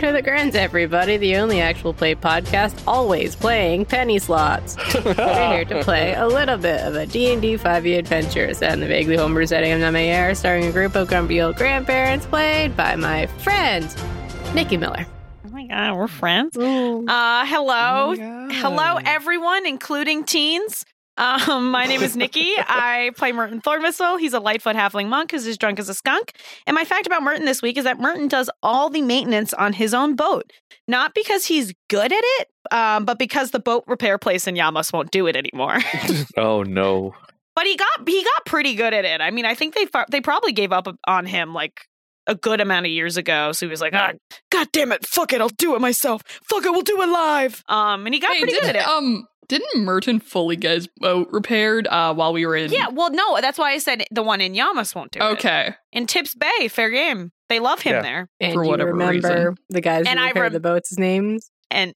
They're the Grins, everybody, the only actual play podcast always playing penny slots. We're here to play a little bit of a D&D 5e adventure set in E the vaguely homebrew setting of Namair, starring a group of grumpy old grandparents played by my friend, Nikki Miller. Oh my god, we're friends. Uh, hello, hello everyone, including teens. Um, my name is Nikki. I play Merton Thornwhistle. He's a Lightfoot halfling monk who's as drunk as a skunk. And my fact about Merton this week is that Merton does all the maintenance on his own boat, not because he's good at it, um, but because the boat repair place in Yamas won't do it anymore. Oh no. but he got he got pretty good at it. I mean, I think they fu- they probably gave up on him like a good amount of years ago. So he was like, ah, God damn it, fuck it, I'll do it myself. Fuck it, we'll do it live. Um, and he got Hey, pretty good didn't, at it. Um, didn't Merton fully get his boat repaired uh, while we were in? yeah, well, no, that's why I said the one in Yamas won't do it. Okay. in Tips Bay, fair game. They love him Yeah. there. And For you whatever remember reason. the guys And who I repaired rem- the boats' names? And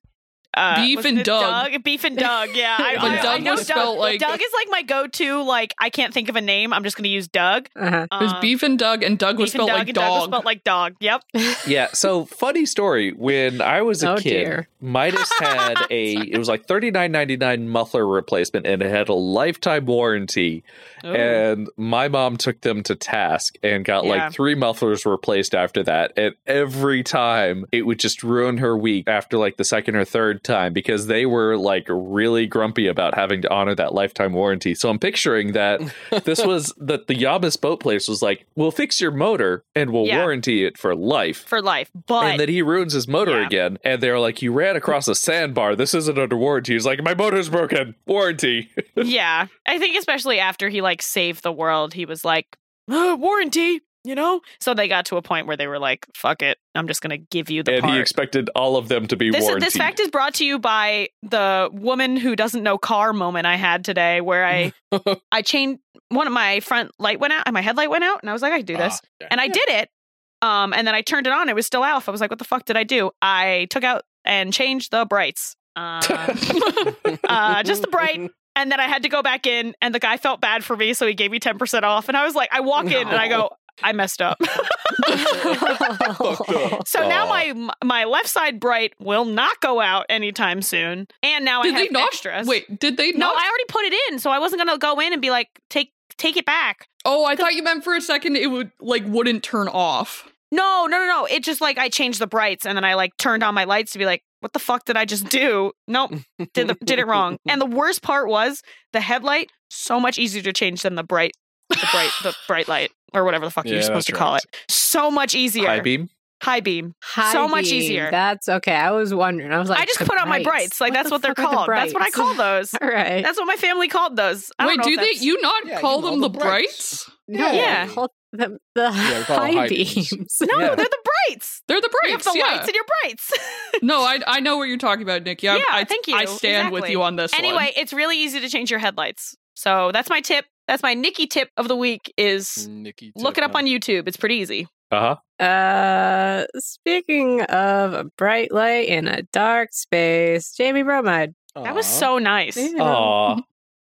uh, Beef wasn't and it Doug. Beef and Doug. Yeah, I, But I- I Doug know was spelled like- Doug is like my go-to. Like I can't think of a name. I'm just going to use Doug. Uh-huh. There's Um, beef and Doug, and Doug was Beef and spelled Doug like and Doug was dog. spelled like dog. Yep. Yeah. So funny story. When I was a Oh, kid, dear. Midas had a it was like thirty nine ninety nine muffler replacement, and it had a lifetime warranty. Oh. And my mom took them to task and got Yeah. like three mufflers replaced after that. And every time it would just ruin her week after like the second or third time because they were like really grumpy about having to honor that lifetime warranty. So I'm picturing that this was that the Yamas boat place was like, we'll fix your motor and we'll Yeah. warranty it for life. for life, but and then he ruins his motor Yeah. again. And they're like, you ran across a sandbar. This isn't under warranty. He's like, my motor's broken. Warranty. yeah i think especially after he like saved the world he was like "Uh, warranty you know so they got to a point where they were like fuck it i'm just gonna give you the and part he expected all of them to be this, warranty. this fact is brought to you by the woman who doesn't know car moment I had today, where I I chained one of my front light went out, my headlight went out, and I was like, I can do Ah, this, and I did it. Um, and then I turned it on; it was still off. I was like, what the fuck did I do? I took out and changed the brights, uh, uh, just the bright. And then I had to go back in, and the guy felt bad for me, so he gave me ten percent off. And I was like, I walk in and I go, I messed up. So now Aw. my my left side bright will not go out anytime soon, and now did Oh, I they have not? extras. Wait, did they no, not? I already put it in, so I wasn't gonna go in and be like take take it back. oh, I thought you meant for a second it would like wouldn't turn off. No, no, no, no. It just like I changed the brights, and then I like turned on my lights to be like, what the fuck did I just do? Nope, did the, did it wrong. And the worst part was the headlight so much easier to change than the bright the bright the bright light or whatever the fuck Yeah, you're supposed to that's call right. it. So much easier. High beam. High beam. Hi, So much Dean. easier. That's okay. I was wondering. I was like, I just the put on my brights. Like that's the what they're fuck are the called. that's what I brights? call those. All right. That's what my family called those. I Wait, don't know do if they? that's- You not Yeah, you call call them the the brights? brights. No, Yeah. called the, the Yeah, we call them high, high beams. beams. No, Yeah. they're the brights. They're the You have brights. the yeah. lights and your brights. no, I I know what you're talking about, Nikki. I, Yeah, I, thank you. I stand with Exactly. you on this. one. anyway, it's really easy to change your headlights. So that's my tip. That's my Nikki tip of the week is Nikki look it up on YouTube. It's pretty easy. Uh huh. Uh, speaking of a bright light in a dark space, Jamie Bromide. That was so nice. Yeah. Aw.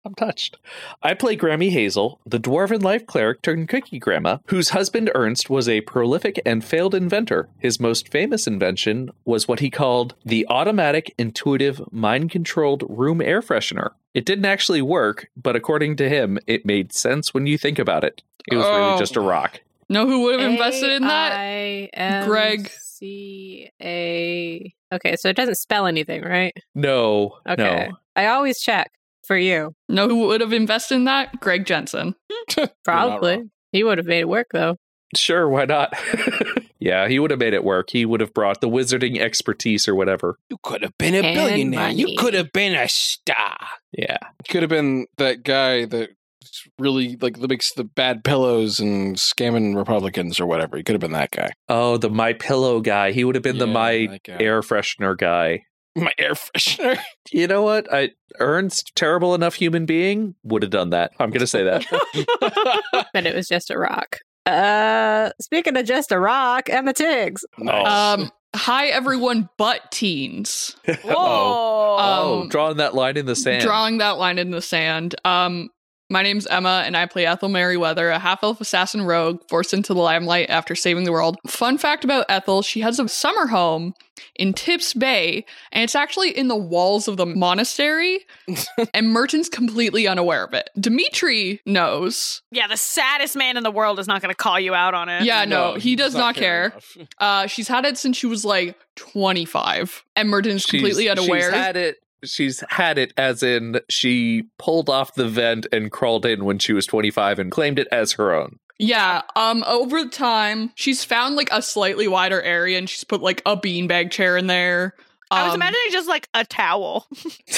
I'm touched. I play Grammy Hazel, the dwarven life cleric turned cookie grandma, whose husband Ernst was a prolific and failed inventor. His most famous invention was what he called the automatic, intuitive, mind controlled room air freshener. It didn't actually work, but according to him, it made sense when you think about it. It was Oh. really just a rock. no, who would have invested in uh, that? A-I-M-C-A. Greg. Okay, so it doesn't spell anything, right? No, Okay. I always check for you. No, who would have invested in that? Greg Jensen. not Probably. wrong. He would have made it work though. no. Sure, why not? yeah, he would have made it work. He would have brought the wizarding expertise or whatever. You could have been a And billionaire. money. You could have been a star. Yeah. Could have been that guy that really like that makes the bad pillows and scamming Republicans or whatever. He could have been that guy. Oh, the My Pillow guy. He would have been the Yeah, My that guy. air freshener guy. my air freshener. You know what? I Ernst, terrible enough human being, would have done that. I'm gonna say that. But it was just a rock. Uh, speaking of just a rock, Emma Tiggs. Nice. Um, hi everyone, but teens. Whoa. oh, um, drawing that line in the sand. Drawing that line in the sand. Um, My name's Emma, and I play Ethel Merriweather, a half elf assassin rogue forced into the limelight after saving the world. Fun fact about Ethel she has a summer home in Tips Bay, and it's actually in the walls of the monastery, and Merton's completely unaware of it. Dimitri knows. Yeah, the saddest man in the world is not going to call you out on it. Yeah, no, he does does not care. enough. Uh, she's had it since she was like 25, and Merton's completely she's, unaware. She's had it. She's had it as in she pulled off the vent and crawled in when she was 25 and claimed it as her own. Yeah. Um. Over time, she's found like a slightly wider area, and she's put like a beanbag chair in there. I was Um, imagining just like a towel.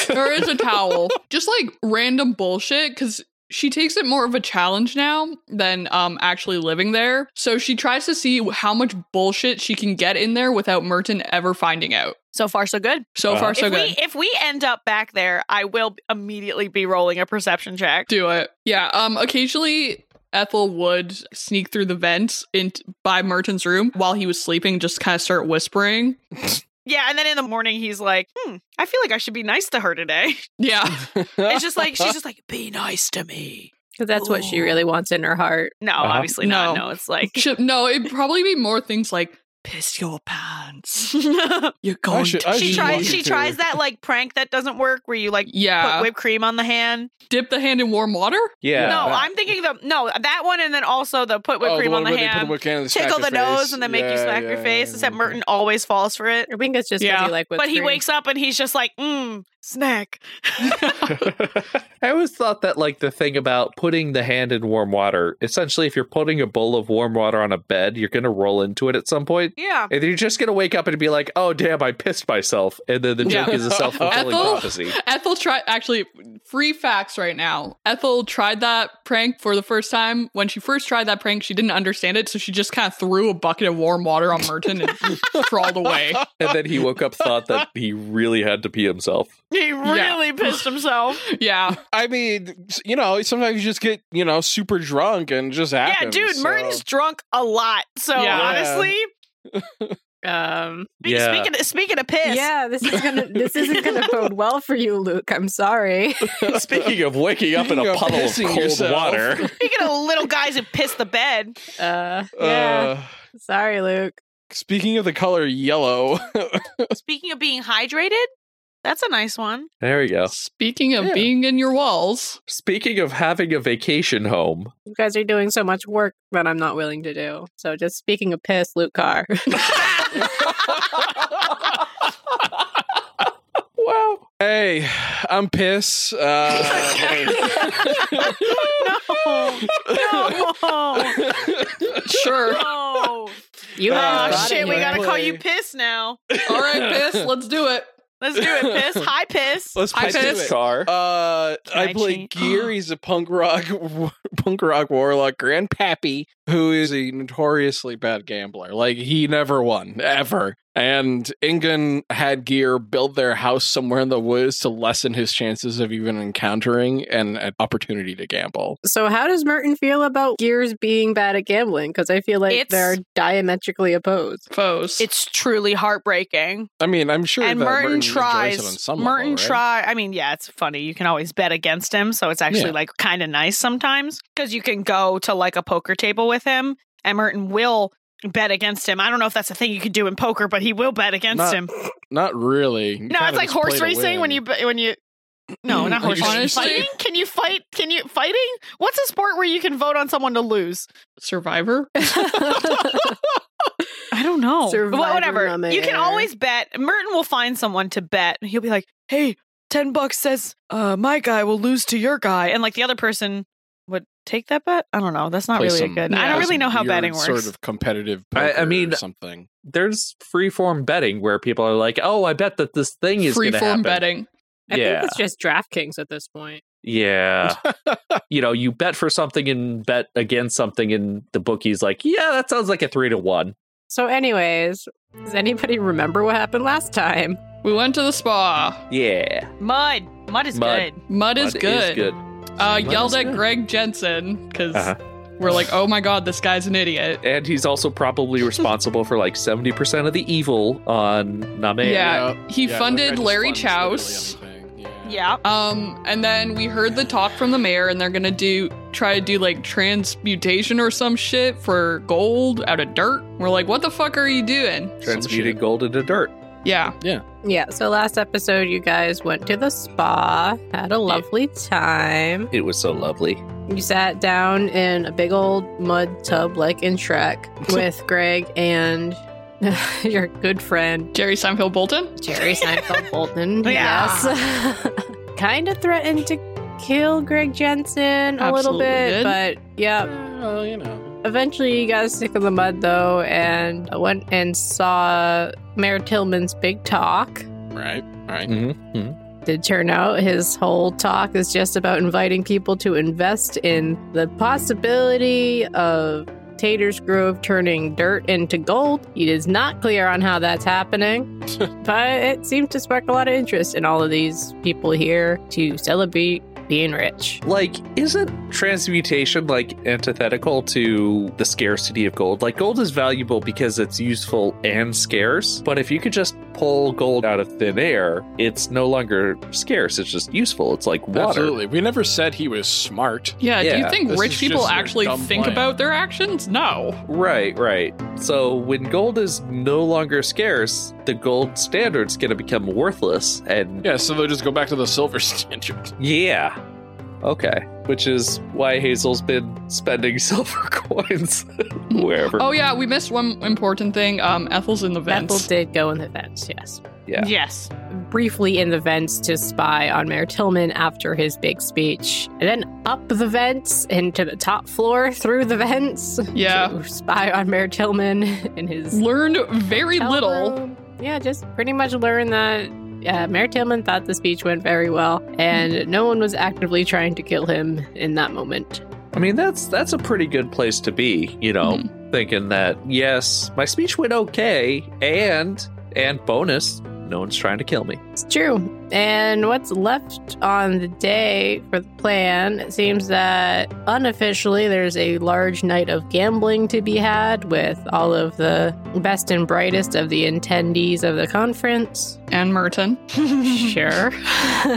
there is a towel, just like random bullshit, because she takes it more of a challenge now than um actually living there. So she tries to see how much bullshit she can get in there without Merton ever finding out. So far, so good. So Uh-huh. far, so if good. we if we end up back there, I will immediately be rolling a perception check. Do it. Yeah. Um. Occasionally, Ethel would sneak through the vents in by Merton's room while he was sleeping, just kind of start whispering. Yeah, and then in the morning he's like, "Hmm, I feel like I should be nice to her today." Yeah. It's just like she's just like, "Be nice to me." Because that's what she really wants in her heart. No, Uh-huh. obviously not. No. No, it's like Should- no, it'd probably be more things like piss your pants. You're going. should- to I she should try- look tries she into- tries that like prank that doesn't work where you like yeah, put whipped cream on the hand. dip the hand in warm water. Yeah. no, that- I'm thinking the no, that one and then also the put whipped Oh, cream one on the where they put hand. whipped cream in and smack Tickle your the nose face. and then make you Yeah, smack yeah, your yeah, face. yeah, Except yeah. Merton always falls for it. I think it's just because Yeah, you like whipped But he cream. wakes up and he's just like, mm, snack. I always thought that like the thing about putting the hand in warm water, essentially if you're putting a bowl of warm water on a bed, you're gonna roll into it at some point. Yeah. And you're just gonna wake up and be like, oh damn, I pissed myself. And then the joke Yeah. is a self fulfilling Ethel- prophecy. Ethel tried actually free facts right now. Ethel tried that prank for the first time. When she first tried that prank, she didn't understand it, so she just kind of threw a bucket of warm water on Merton and crawled away. And then he woke up thought that he really had to pee himself. He really pissed himself. Yeah, I mean, s- you know, sometimes you just get, you know, super drunk and just yeah, happens. dude, so- Merton's drunk a lot. So Yeah. honestly, Um, spe- Yeah. speaking of, speaking of piss, Yeah, this is gonna this isn't gonna bode well for you, Luke. I'm sorry. Speaking of waking up in Speaking a of puddle of pissing cold yourself. water. speaking of little guys that piss the bed, Uh, yeah, Uh, sorry, Luke. speaking of the color yellow, speaking of being hydrated, that's a nice one. There we go. Speaking of Yeah. being in your walls, Speaking of having a vacation home, You guys are doing so much work that I'm not willing to do. So just speaking of piss, Luke Carr. wow. Hey, I'm piss. Uh, no, no, sure. no. You Ah, have Oh brought shit, it we here. gotta call you piss now. All right, piss. Let's do it. Let's do it, piss. Hi, piss. Let's I piss piss. into it. car. Uh, I I play change- Gear. He's a punk rock, punk rock warlock grandpappy who is a notoriously bad gambler. Like he never won ever. And Ingan had Gear build their house somewhere in the woods to lessen his chances of even encountering an, an opportunity to gamble. So how does Merton feel about Gears being bad at gambling? Because I feel like It's- they're diametrically opposed. Foes. It's truly heartbreaking. I mean, I'm sure and that Merton, Merton tries. enjoys it on some Merton level, right? try. I mean, yeah, it's funny. You can always bet against him, so it's actually Yeah. like kind of nice sometimes because you can go to like a poker table with him, and Merton will bet against him. I don't know if that's a thing you can do in poker, but he will bet against Not- him. Not really. No, it's like horse racing when you bet- when you. No, not Are horse you racing. honestly- Fighting? Can you fight? Can you fighting? What's a sport where you can vote on someone to lose? Survivor. I don't know. Survivor Wha- whatever. nominee. You can always bet. Merton will find someone to bet. He'll be like, "Hey, ten bucks says uh, my guy will lose to your guy," and like the other person would take that bet. I don't know. That's not Play really some- a good. I yeah, don't play really know how Weird betting works. Sort of competitive. I- I poker or mean- something. There's freeform betting where people are like, "Oh, I bet that this thing is going to happen." Freeform betting. I Yeah. think it's just DraftKings at this point. Yeah. you know, you bet for something and bet against something, and the bookie's like, yeah, that sounds like a three to one. So, anyways, does anybody remember what happened last time? We went to the spa. Yeah. mud. Mud is Mud. good. Mud, Mud is good. Uh, Mud yelled is at good. Greg Jensen because Uh-huh. we're like, oh my god, this guy's an idiot. And he's also probably responsible for like 70% of the evil on Name. Yeah, Yeah. he Yeah, funded Democrat Larry just funds Chouse. literally anything, yeah. Yeah. Um, and then we heard the talk from the mayor, and they're gonna do try to do like transmutation or some shit for gold out of dirt. We're like, what the fuck are you doing? Transmuted shit. gold into dirt. Yeah, Yeah, so last episode, you guys went to the spa, had a lovely time. It was so lovely. You sat down in a big old mud tub like in Shrek with Greg and your good friend, Jerry Seinfeld Bolton. Jerry Seinfeld Bolton. Yeah. Yes. kind of threatened to kill Greg Jensen a little Absolutely bit, did. but yeah. Well, you know. Eventually, you got sick of the mud though, and went and saw Mayor Tillman's big talk. Right, right. Mm-hmm. Did turn out his whole talk is just about inviting people to invest in the possibility of Tater's Grove turning dirt into gold. He is not clear on how that's happening, but it seemed to spark a lot of interest in all of these people here to celebrate being rich. Like, isn't transmutation like antithetical to the scarcity of gold? Like, gold is valuable because it's useful and scarce, but if you could just pull gold out of thin air, it's no longer scarce. It's just useful. It's like water. Absolutely. We never said he was smart. Yeah, do Yeah, you think this rich is people just their actually dumb think plan. about their actions? No. Right, right. So, when gold is no longer scarce, the gold standard's going to become worthless. And Yeah, so they'll just go back to the silver standard. yeah. Okay. Which is why Hazel's been spending silver coins wherever. Oh yeah, we missed one important thing. Um, Ethel's in the Bethel vents. did go in the vents, yes. Yeah. Yes. briefly in the vents to spy on Mayor Tillman after his big speech, and then up the vents into the top floor through the vents Yeah, to spy on Mayor Tillman in his learned very hotel little. room. Yeah, just pretty much learn that. Uh, Mayor Tillman thought the speech went very well, and no one was actively trying to kill him in that moment. I mean, that's that's a pretty good place to be, you know, thinking that yes, my speech went okay, and and bonus, no one's trying to kill me. It's true. And what's left on the day for the plan, it seems that unofficially there's a large night of gambling to be had with all of the best and brightest of the attendees of the conference. And Merton. Sure. uh,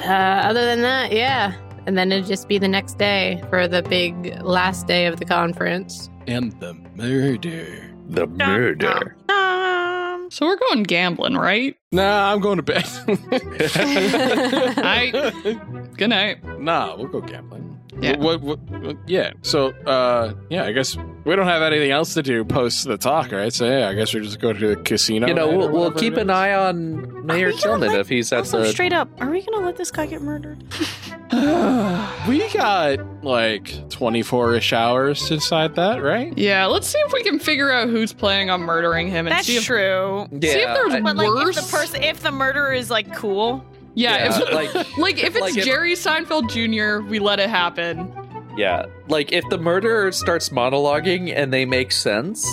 other than that, yeah. And then it'd just be the next day for the big last day of the conference. and the murder. The Ah, murder. Um, So we're going gambling, right? Nah, I'm going to bed. I- Good night. nah, we'll go gambling. Yeah. What, what, what- yeah. So, uh, yeah, I guess we don't have anything else to do post the talk, right? So, yeah, I guess we just go to the casino. You know, then or we'll, we'll whatever keep it an is. eye on Mayor we gonna Tillman let- if he's at also, the. straight up, are we gonna let this guy get murdered? We got like 24 ish hours to decide that, right? Yeah, let's see if we can figure out who's planning on murdering him and That's see if true. yeah, See if there's I- But like, if Worse? the person, if the murderer is like cool, Yeah, yeah, If, like like if it's Like if- Jerry Seinfeld Jr., we let it happen. yeah, like if the murderer starts monologuing and they make sense,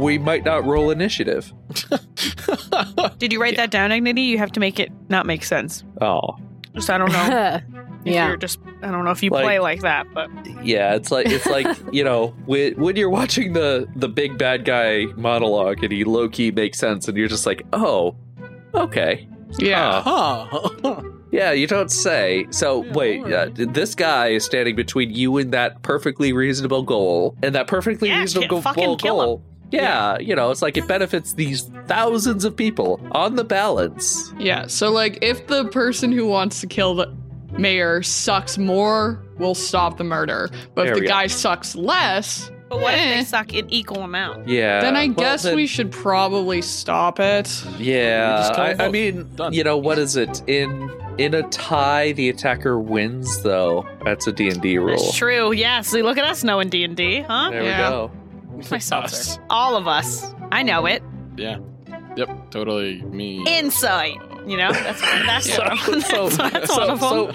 we might not roll initiative. did you write that down, Dignity? You have to make it not make sense. Oh, Just I don't know. yeah. if You're just I don't know if you Like- play like that, but Yeah, it's like it's like you know when, when you're watching the the big bad guy monologue and he low key makes sense and you're just like oh okay Yeah. Huh. yeah you don't say so Yeah, wait uh, alright. this guy is standing between you and that perfectly reasonable goal and that perfectly Yeah, reasonable ki- fucking goal, kill him. goal yeah, you know it's like it benefits these thousands of people on the balance Yeah. So like if the person who wants to kill the mayor sucks more, we'll stop the murder. But There if we the go. guy sucks less, but what if Eh. they suck in equal amount? yeah then I Uh, well, guess then- we should probably stop it. We Yeah, just call I, them I both. mean, Done. you know what is it in in a tie? The attacker wins, though. That's a D and D rule. That's true. Yeah. See, look at us knowing D and D, huh? There Yeah. we go. Where's my Us. saucer? All of us. I know it. Yeah. Yep. Totally me. Insight. You know, that's that's, So, one, of them. so, that's, that's one so, of them.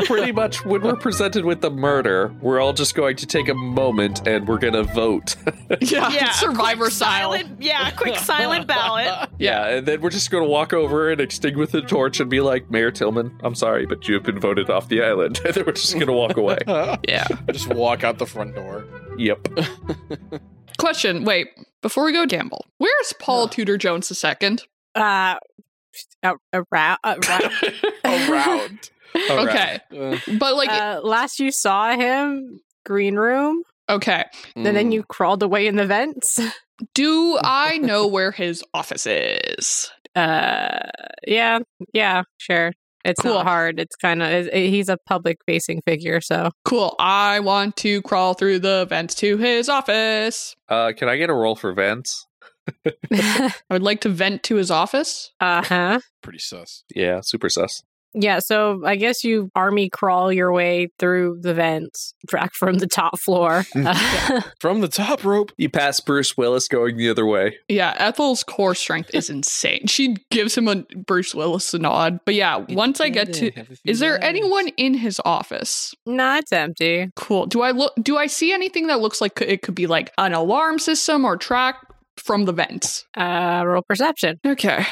so pretty much when we're presented with the murder, we're all just going to take a moment and we're going to vote. Yeah. yeah, Survivor quick style. Silent, yeah, quick silent ballot. yeah, and then we're just going to walk over and extinguish the torch and be like, Mayor Tillman, I'm sorry, but you have been voted off the island. and then we're just going to walk away. Yeah. Just walk out the front door. yep. Question, wait, before we go gamble, where's Paul Tudor Jones II? Uh, a, a, ra- a ra- around. All right. Okay. Uh, But like, uh, last you saw him, green room, okay. and then mm. you crawled away in the vents. Do I know where his office is? Uh, yeah, yeah, sure. It's Cool. not hard. It's kind of he's a public facing figure, so Cool. I want to crawl through the vents to his office. Uh, can I get a roll for vents? uh I would like to vent to his office. huh. pretty sus. Yeah, super sus. Yeah, so I guess you army crawl your way through the vents, back from the top floor. Uh, From the top rope. You pass Bruce Willis going the other way. Yeah, Ethel's core strength is insane. She gives him a Bruce Willis nod. But yeah, once I get to Is there anyone in his office? no, it's empty. Cool. Do I look do I see anything that looks like it could be like an alarm system or track from the vents? Uh, roll perception. Okay.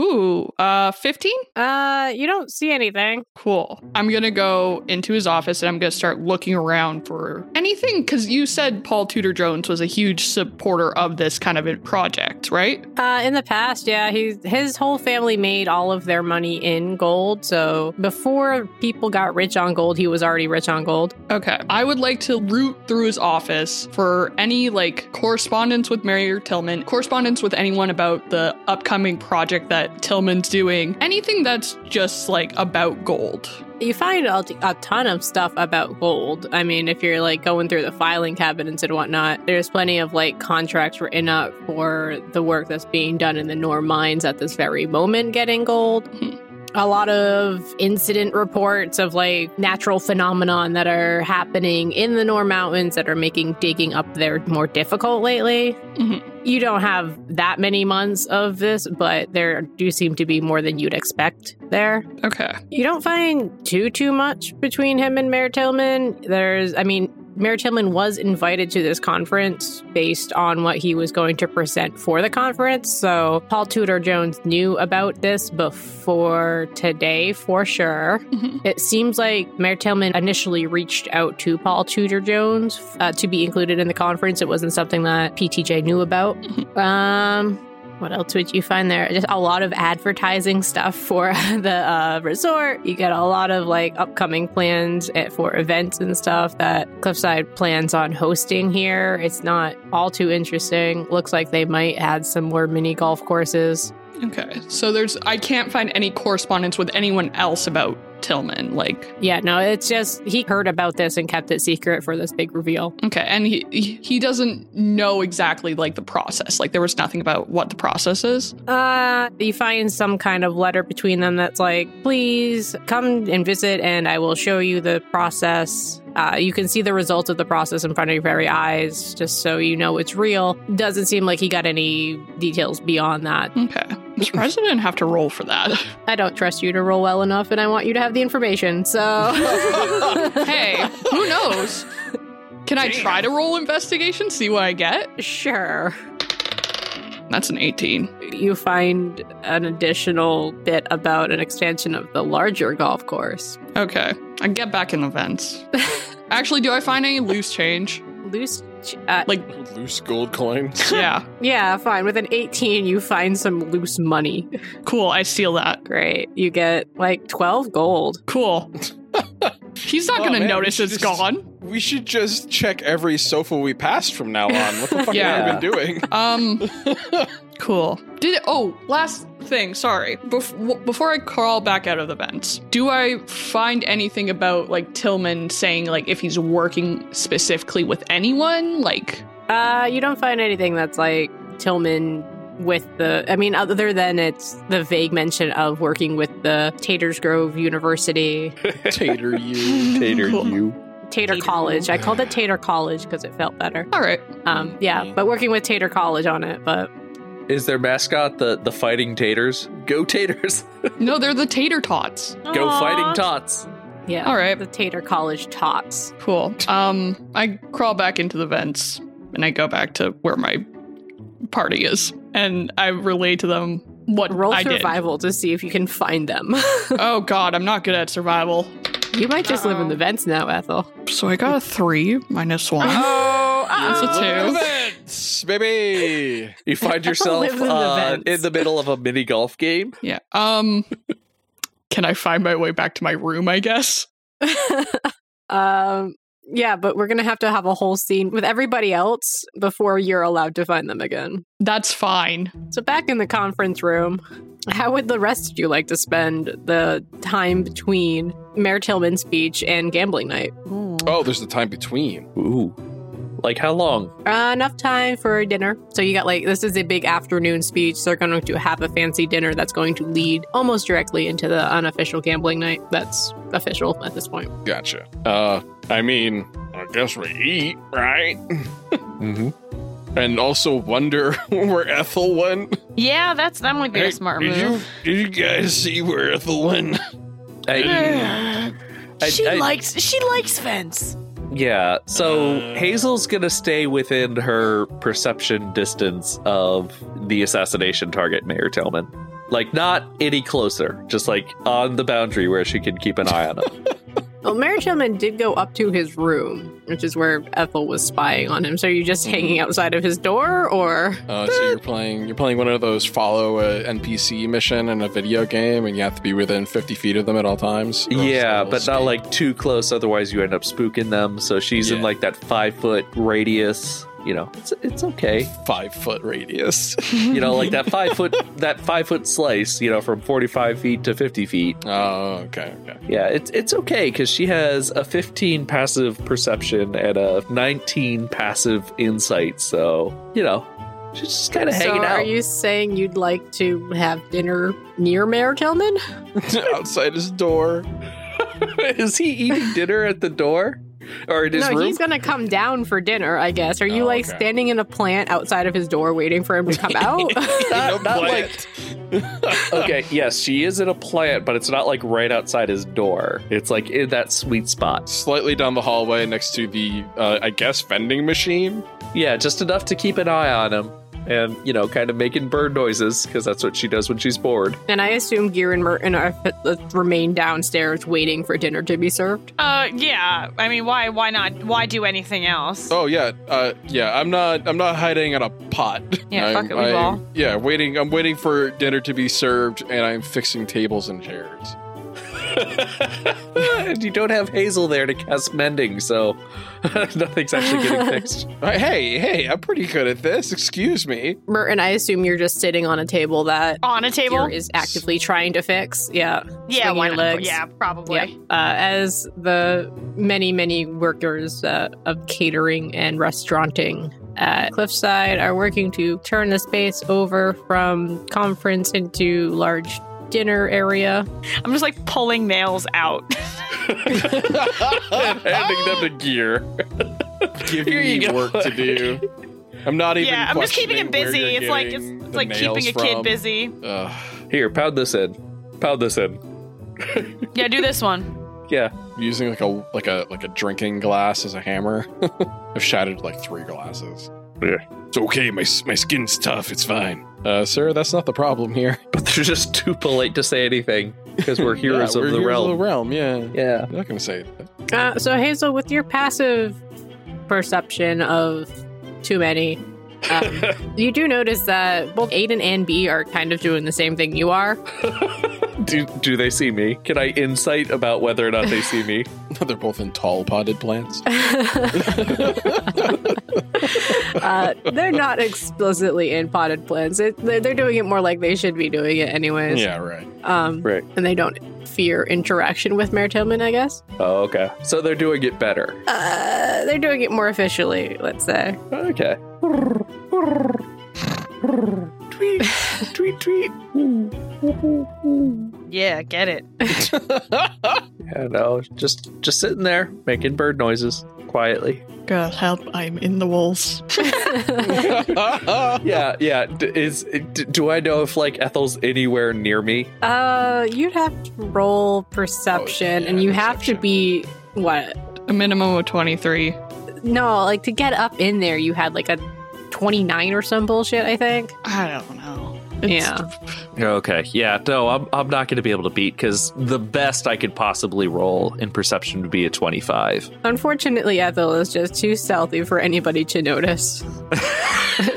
Ooh, uh 15? Uh, you don't see anything. Cool. I'm going to go into his office and I'm going to start looking around for anything cuz you said Paul Tudor Jones was a huge supporter of this kind of a project, right? Uh, in the past, yeah, he's, his whole family made all of their money in gold. So before people got rich on gold, he was already rich on gold. Okay. I would like to root through his office for any like correspondence with Mayor Tillman, correspondence with anyone about the upcoming project that Tillman's doing, anything that's just like about gold. You find a, a ton of stuff about gold. I mean, if you're like going through the filing cabinets and whatnot, there's plenty of like contracts written up for the work that's being done in the Norm mines at this very moment getting gold. Mhm. A lot of incident reports of like natural phenomenon that are happening in the Norm Mountains that are making digging up there more difficult lately. Mhm. You don't have that many months of this, but there do seem to be more than you'd expect there. Okay. You don't find too too much between him and Mayor Tillman. There's, I mean, Mayor Tillman was invited to this conference based on what he was going to present for the conference. So Paul Tudor Jones knew about this before today for sure. Mhm. It seems like Mayor Tillman initially reached out to Paul Tudor Jones uh, to be included in the conference. It wasn't something that PTJ knew about. Um, what else would you find there? Just a lot of advertising stuff for the uh, resort. You get a lot of like upcoming plans eh, for events and stuff that Cliffside plans on hosting here. It's not all too interesting. Looks like they might add some more mini golf courses. Okay. So there's I can't find any correspondence with anyone else about Tillman. Like, Yeah, no, it's just he heard about this and kept it secret for this big reveal. okay, and he he he doesn't know exactly like the process. Like there was nothing about what the process is. Uh, you find some kind of letter between them that's like, please come and visit, and I will show you the process. Uh, you can see the results of the process in front of your very eyes, just so you know it's real. Doesn't seem like he got any details beyond that. Okay. I'm surprised I didn't have to roll for that. I don't trust you to roll well enough, and I want you to have the information. So, hey, who knows? Can I try to roll investigation, see what I get? sure. That's an 18. You find an additional bit about an expansion of the larger golf course. Okay. I get back in the vents. Actually, do I find any loose change? Loose. ch- Uh, Loose gold coins. Yeah. Yeah, fine. With an 18, you find some loose money. Cool. I steal that. Great. You get like 12 gold. Cool. He's not Oh, going to man, notice we it's should just- gone. We should just check every sofa we passed from now on. What the fuck Yeah. have we been doing? Um, cool. Did it? Oh, last thing. Sorry. Bef- w- before I crawl back out of the vents, do I find anything about like Tillman saying like if he's working specifically with anyone? Like, Uh, you don't find anything that's like Tillman with the, I mean, other than it's the vague mention of working with the Taters Grove University, Tater you. Tater Cool. you. Tater, College. I called it Tater College because it felt better. all right. Um, yeah, but working with Tater College on it, but Is their mascot the the fighting taters? Go taters! No, they're the tater tots. Go Aw. fighting tots! Yeah. All right. The Tater College tots. Cool. Um, I crawl back into the vents and I go back to where my party is, and I relay to them what Roll I did. survival to see if you can find them. Oh God, I'm not good at survival. you might just live in Uh-oh. the vents now, Ethel. So I got a three minus one. Oh, That's a two. Look at Vents, baby. You find yourself Lives in the uh, vents. in the middle of a mini golf game. Yeah. Um can I find my way back to my room, I guess? um, yeah, but we're gonna have to have a whole scene with everybody else before you're allowed to find them again. That's fine. So back in the conference room, how would the rest of you like to spend the time between Mayor Tillman's speech and gambling night? Oh, there's the time between. Ooh. Like how long? Uh, enough time for dinner. So you got like this is a big afternoon speech. So they're going to have a fancy dinner that's going to lead almost directly into the unofficial gambling night. That's official at this point. Gotcha. Uh, I mean, I guess we eat, right? Mm-hmm. And also wonder where Ethel went. Yeah, that's that might be Hey, a smart did move. You, did you guys see where Ethel went? I- she I- likes she likes Vince. Hmm. yeah. So Uh. Hazel's gonna stay within her perception distance of the assassination target, Mayor Tillman. Like not any closer, just like on the boundary where she can keep an eye on him. Well, Mayor Tillman did go up to his room, which is where Ethel was spying on him. So you're just hanging outside of his door, or Uh, so you're playing you're playing one of those follow a NPC mission in a video game, and you have to be within 50 feet of them at all times. or else yeah, they'll but not escape. like too close, otherwise you end up spooking them. So she's in Yeah. like that five foot radius. You know, it's it's okay. five foot radius. You know, like that five foot that five foot slice. You know, from forty five feet to fifty feet. oh, okay, okay. Yeah, it's it's okay because she has a 15 passive perception and a 19 passive insight. So you know, she's just kind of hanging so are out. you saying you'd like to have dinner near Mayor Tillman? Outside his door. Is he eating dinner at the door or in his no, room? he's going to come down for dinner, I guess. Are you Oh, like okay. standing in a plant outside of his door, waiting for him to come out? Not- not like- plant. okay, yes, she is in a plant, but it's not like right outside his door. It's like in that sweet spot. Slightly down the hallway next to the, uh, I guess, vending machine. Yeah, just enough to keep an eye on him. And you know, kind of making bird noises because that's what she does when she's bored. And I assume Gear and Merton are, uh, remain downstairs waiting for dinner to be served. Uh, yeah. I mean, why why not? Why do anything else? Oh yeah, uh, yeah. I'm not. I'm not hiding in a pot. Yeah, I'm, fuck it, we I'm- ball. Yeah, waiting. I'm waiting for dinner to be served, and I'm fixing tables and chairs. and you don't have Hazel there to cast mending, so nothing's actually getting fixed. Uh, Hey, hey, I'm pretty good at this. Excuse me. Merton, I assume you're just sitting on a table that On a Gear table? is actively trying to fix. Yeah. yeah, swinging why your not? legs. Yeah, probably. Yeah. Uh, as the many, many workers uh, of catering and restauranting at Cliffside are working to turn the space over from conference into large dinner area. I'm just like pulling nails out. and handing them to gear. Give Here you me go. work to do. I'm not even. yeah, I'm just keeping him questioning busy. where It's you're like it's, getting it's the like keeping nails a kid from. busy. Ugh, Here, pound this in. Pound this in. Yeah, do this one. Yeah. using like a like a like a drinking glass as a hammer. I've shattered like three glasses. Yeah. It's okay. My s- my skin's tough. It's fine. Uh, sir, that's not the problem here. But they're just too polite to say anything because we're heroes Yeah, of we're the heroes realm. Of the realm. Yeah. yeah. I'm not gonna say that. Uh, so Hazel, with your passive perception of too many, um, you do notice that both Aiden and B are kind of doing the same thing you are. Do, do they see me? Can I insight about whether or not they see me? They're both in tall potted plants. Uh, they're not explicitly in potted plants. It, they're, they're doing it more like they should be doing it anyways. yeah, right. Um, Right. And they don't fear interaction with Mayor Tillman, I guess. Oh, okay. So they're doing it better. Uh, they're doing it more officially, let's say. Okay. tweet, tweet, tweet. Yeah, get it. Yeah, no, just just sitting there making bird noises quietly. God help, I'm in the walls. yeah, yeah. D- is d- do I know if like Ethel's anywhere near me? Uh, you'd have to roll perception, Oh, yeah, and you have to perception. be what A minimum of 23. No, like to get up in there, you had like a 29 or some bullshit, I think. I don't know. Yeah. Okay, yeah, no, I'm, I'm not going to be able to beat because the best I could possibly roll in perception would be a 25. Unfortunately, Ethel is just too stealthy for anybody to notice.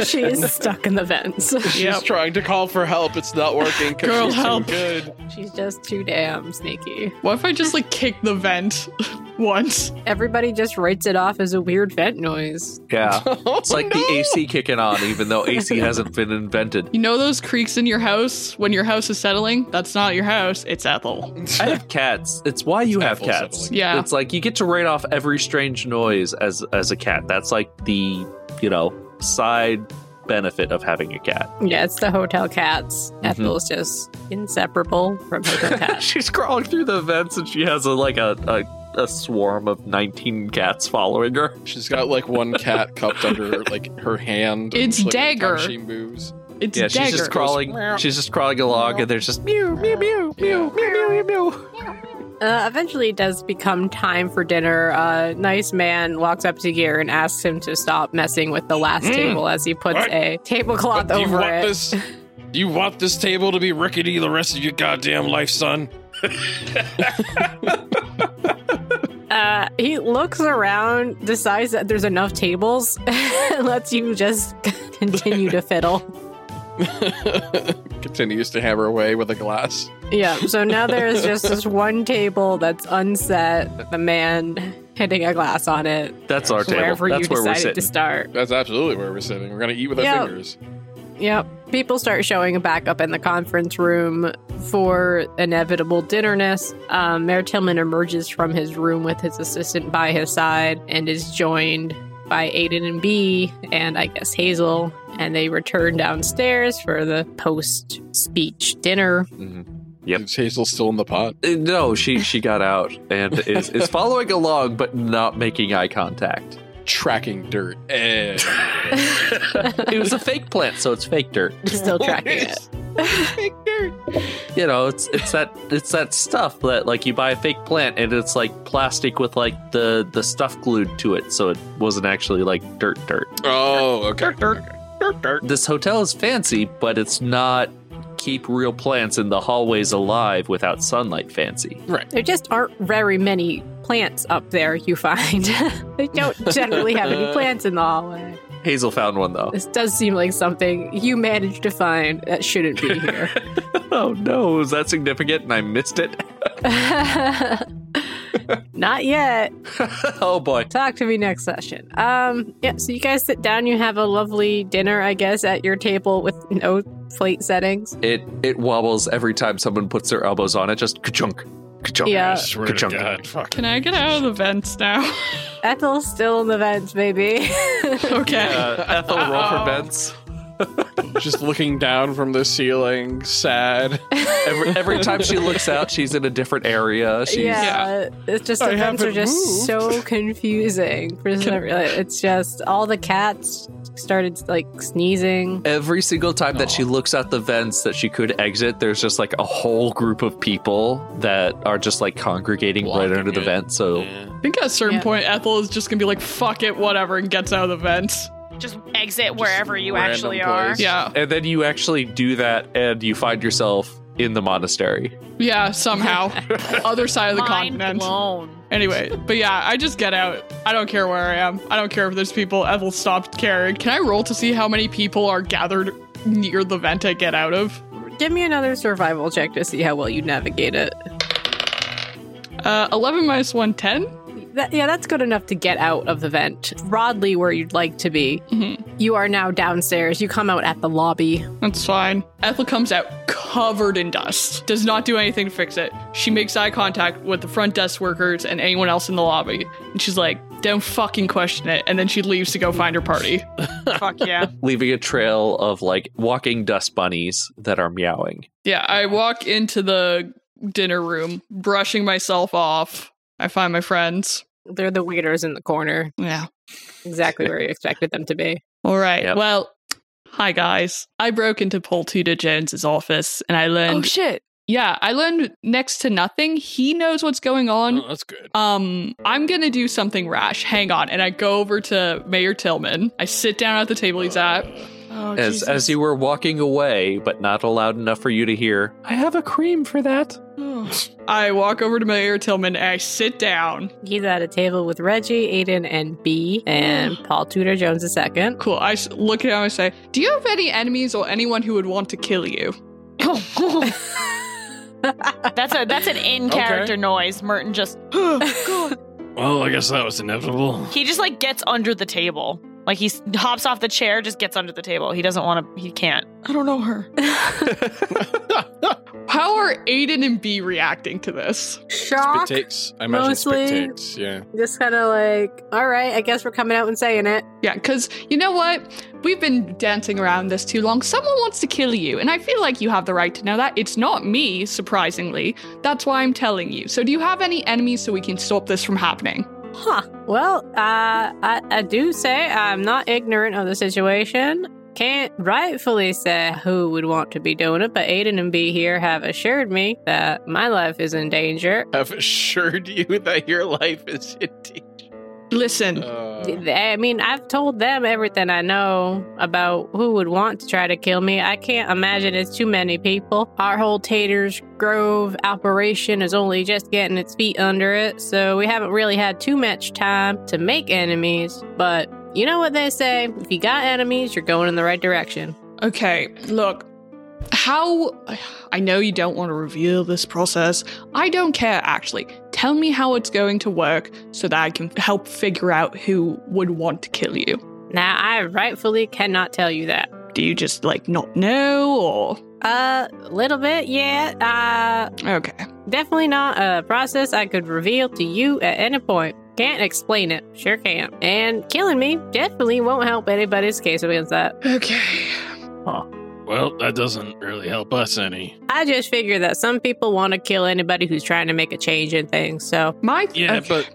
She's stuck in the vents. She's trying to call for help. It's not working. 'cause Girl, she's too help. Good. She's just too damn sneaky. What if I just like kick the vent once? Everybody just writes it off as a weird vent noise. Yeah, Oh, it's like the AC kicking on, even though AC hasn't been invented. You know those creaks in your house when your house is settling? That's not your house, it's Ethel. I have cats. It's why you have Apple cats. sibling. Yeah. It's like you get to write off every strange noise as as a cat. That's like the, you know, side benefit of having a cat. Yeah, it's the hotel cats. Mhm. Ethel's just inseparable from hotel cats. She's crawling through the vents and she has a like a, a, a swarm of 19 cats following her. She's got like one cat cupped under like her hand. It's like, every time Dagger. She moves. It's yeah, dagger. she's just crawling. She's just crawling along and there's just meow meow meow meow meow meow meow. Uh, eventually, it does become time for dinner. A nice man walks up to Gear and asks him to stop messing with the last Mm. table as he puts What? a tablecloth do you over want it. this? Do you want this table to be rickety the rest of your goddamn life, son? Uh, he looks around, decides that there's enough tables, and lets you just continue to fiddle. Continues to hammer away with a glass. Yeah, so now there is just this one table that's unset, the man hitting a glass on it, That's our wherever table. That's you where we're decided to sitting. start. That's absolutely where we're sitting. We're gonna eat with our Yeah. fingers. Yep. People start showing back up in the conference room for inevitable dinnerness. Um, Mayor Tillman emerges from his room with his assistant by his side and is joined by Aiden and B and I guess Hazel. And they return downstairs for the post speech dinner. Yep. Is Hazel still in the pot? Uh, No, she she got out and is is following along but not making eye contact. Tracking dirt. Eh. It was a fake plant, so it's fake dirt. Still tracking it. Fake dirt. You know, it's it's that it's that stuff that like you buy a fake plant and it's like plastic with like the the stuff glued to it, so it wasn't actually like dirt dirt. Oh, okay. This hotel is fancy, but it's not keep real plants in the hallways alive without sunlight fancy. There just aren't very many plants up there, you find. they don't generally have any plants in the hallway. Hazel found one though. This does seem like something you managed to find that shouldn't be here. Oh no, is that significant? And I missed it. Not yet. oh boy. Talk to me next session. Um, yeah, so you guys sit down, you have a lovely dinner, I guess, at your table with no plate settings. It it wobbles every time someone puts their elbows on it. Just ka-chunk, ka-chunk. Yeah. I swear Ka-chunk. Fuck. Can I get out of the vents now? Ethel's still in the vents, baby. okay. Uh, Ethel, roll for vents. Just looking down from the ceiling, sad. Every, every time she looks out, she's in a different area. She's, yeah, it's just I the vents are haven't just moved. so confusing. For some- It's just all the cats started like sneezing. Every single time that she looks out the vents that she could exit, there's just like a whole group of people that are just like congregating right Blocking under the it. vent. So I think at a certain Yeah. point, Ethel is just gonna be like, fuck it, whatever, and gets out of the vents. Just exit wherever you random actually place. are. Yeah. and then you actually do that, and you find yourself in the monastery. Yeah, somehow. Other side of the Mind continent. blown. Anyway, but yeah, I just get out. I don't care where I am. I don't care if there's people. Ethel stopped caring. Can I roll to see how many people are gathered near the vent I get out of? Give me another survival check to see how well you navigate it. Uh, 11 minus 1, 10? That, yeah, that's good enough to get out of the vent, broadly where you'd like to be. You are now downstairs. You come out at the lobby. That's fine. Ethel comes out covered in dust, does not do anything to fix it. She makes eye contact with the front desk workers and anyone else in the lobby. And she's like, don't fucking question it. And then she leaves to go find her party. Fuck yeah. Leaving a trail of like walking dust bunnies that are meowing. Yeah, I walk into the dinner room, brushing myself off. I find my friends. They're the waiters in the corner, Yeah. exactly where you expected them to be. All right. Yep. Well, hi guys. I broke into Poltuta Jones's office and I learned Oh, shit. Yeah, I learned next to nothing. He knows what's going on. Oh, that's good. Um, I'm going to do something rash. Hang on. And I go over to Mayor Tillman. I sit down at the table he's at Oh, as Jesus. as you were walking away, but not loud enough for you to hear. I have a cream for that. I walk over to Mayor Tillman and I sit down. He's at a table with Reggie, Aiden, and B, and Paul Tudor Jones II. Cool. I s- look at him and I say, Do you have any enemies or anyone who would want to kill you? that's a that's an in Okay. character noise. Merton just Well, I guess that was inevitable. he just like gets under the table. Like he s- hops off the chair, just gets under the table. He doesn't want to. He can't. I don't know her. How are Aiden and B reacting to this? Shock. spit takes. I imagine mostly. spit takes. Yeah. Just kind of like, all right, I guess we're coming out and saying it. Yeah, because you know what? We've been dancing around this too long. Someone wants to kill you, and I feel like you have the right to know that. It's not me, surprisingly. That's why I'm telling you. So, do you have any enemies so we can stop this from happening? Huh. Well, uh, I, I do say I'm not ignorant of the situation. Can't rightfully say who would want to be doing it, but Aiden and B here have assured me that my life is in danger. Have assured you that your life is in Listen, danger. I mean, I've told them everything I know about who would want to try to kill me. I can't imagine it's too many people. Our whole Taters Grove operation is only just getting its feet under it, so we haven't really had too much time to make enemies. But you know what they say if you got enemies, you're going in the right direction. Okay, look. How I know you don't want to reveal this process. I don't care actually. Tell me how it's going to work so that I can help figure out who would want to kill you. Now, I rightfully cannot tell you that. Do you just like not know or Uh, little bit, yeah. Uh, okay. Definitely not a process I could reveal to you at any point. Can't explain it. Sure can't. And killing me definitely won't help anybody's case against that. Okay. Well, that doesn't really help us any. I just figure that some people want to kill anybody who's trying to make a change in things. So My Yeah, okay. but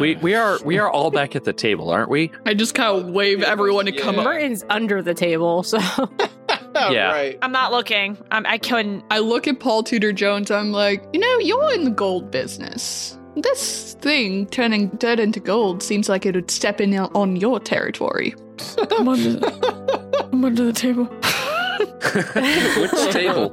we we are we are all back at the table, aren't we? I just kind of wave everyone to come up. Merton's under the table. So Yeah. Right. I'm not looking. I'm, I couldn't. I look at Paul Tudor Jones. I'm like, you know, you're in the gold business. This thing turning dirt into gold seems like it would step in on your territory. I'm under the, I'm under the table. Which table?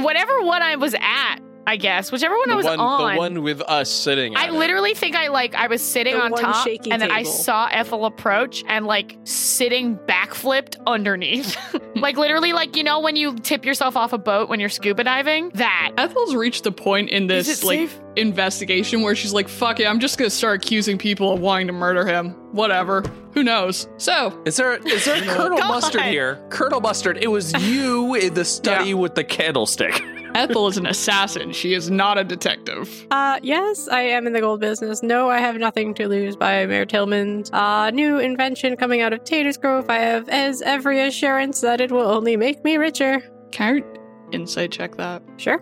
Whatever one I was at, I guess. Whichever one I the, was one, on. the one with us sitting. I at it. literally think I like I was sitting The on one top, and shaky then I table. saw Ethel approach and like sitting backflipped underneath, like literally like you know when you tip yourself off a boat when you're scuba diving. That Ethel's reached the point in Is this it like safe? investigation where she's like, "Fuck it, I'm just gonna start accusing people of wanting to murder him. Whatever. Who knows?" So Is there is there Colonel Oh God. Mustard here? Colonel Mustard, it was you in the study Yeah. with the candlestick. Ethel is an assassin. She is not a detective. Uh, yes, I am in the gold business. No, I have nothing to lose by Mayor Tillman's uh, new invention coming out of Tater's Grove. I have as every assurance that it will only make me richer. Can I insight check that? Sure.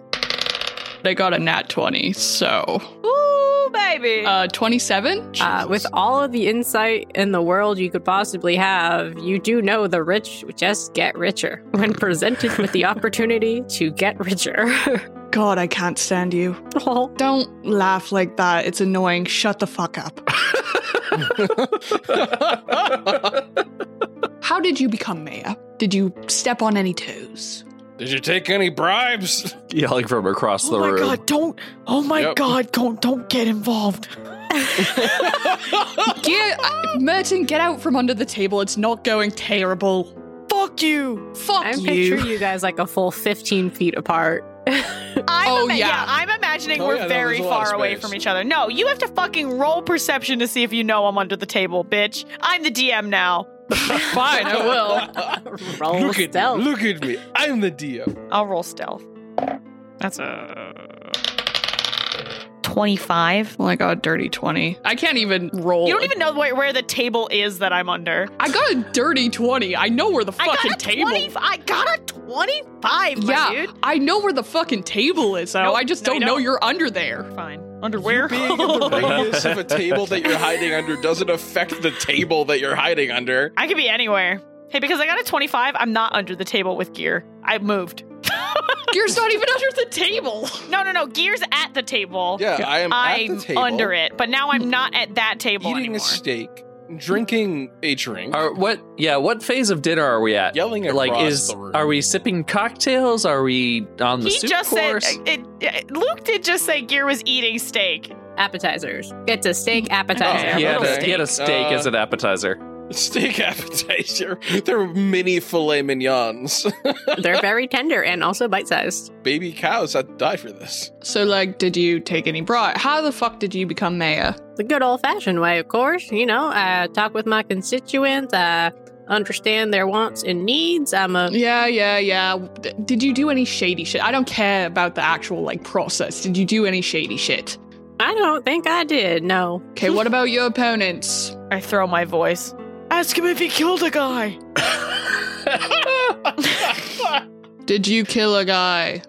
They got a nat twenty, so ooh baby. uh, twenty-seven. Uh, with all of the insight in the world you could possibly have, you do know the rich just get richer when presented with the opportunity to get richer. God, I can't stand you. oh, Don't laugh like that. It's annoying. Shut the fuck up. How did you become mayor? Did you step on any toes? Did you take any bribes? Yelling from across the room. don't! Oh my Yep. god, don't don't get involved. Get, uh, Merton, get out from under the table. It's not going terrible. Fuck you! Fuck I'm you. picturing you guys like a full 15 feet apart. I'm Oh, ima- yeah. yeah. I'm imagining Oh, we're yeah, no, very there's a lot of far away space. from each other. No, you have to fucking roll perception to see if you know I'm under the table, bitch. I'm the DM now. Fine, I will. Roll look at stealth. look at me. I'm the DM. I'll roll stealth. That's a 25. Oh my god, dirty 20. I can't even roll. You don't even know where, where the table is that I'm under. I got a dirty 20. I know where the I fucking got a table 20 I got a 25, my Yeah, dude. I know where the fucking table is, though. Nope, I just no, don't you know don't. you're under there. Fine. Underwear. Being in the radius of a table that you're hiding under doesn't affect the table that you're hiding under. I could be anywhere. Hey, because I got a 25, I'm not under the table with gear. I moved. Gear's not even under the table. No, no, no. Gear's at the table. Yeah, I am I'm at the table. under it, but now I'm not at that table Eating anymore. a steak drinking a drink. Are, what? Yeah. What phase of dinner are we at? Yelling across like, is the room. are we sipping cocktails? Are we on the He soup just course? said it, it- Luke did just say Gear was eating steak. Appetizers. It's a steak appetizer. Oh, he, had little a, he had a steak. steak Uh, as an appetizer. steak appetizer? They're mini filet mignons. They're very tender and also bite sized. Baby cows had to die for this. So, like, did you take any broad? How the fuck did you become mayor? The good old fashioned way, of course. You know, I talk with my constituents, I understand their wants and needs. I'm a Yeah, yeah, yeah. D- did you do any shady shit? I don't care about the actual like process. Did you do any shady shit? I don't think I did, no. Okay, what about your opponents? I throw my voice. Ask him if he killed a guy. Did you kill a guy?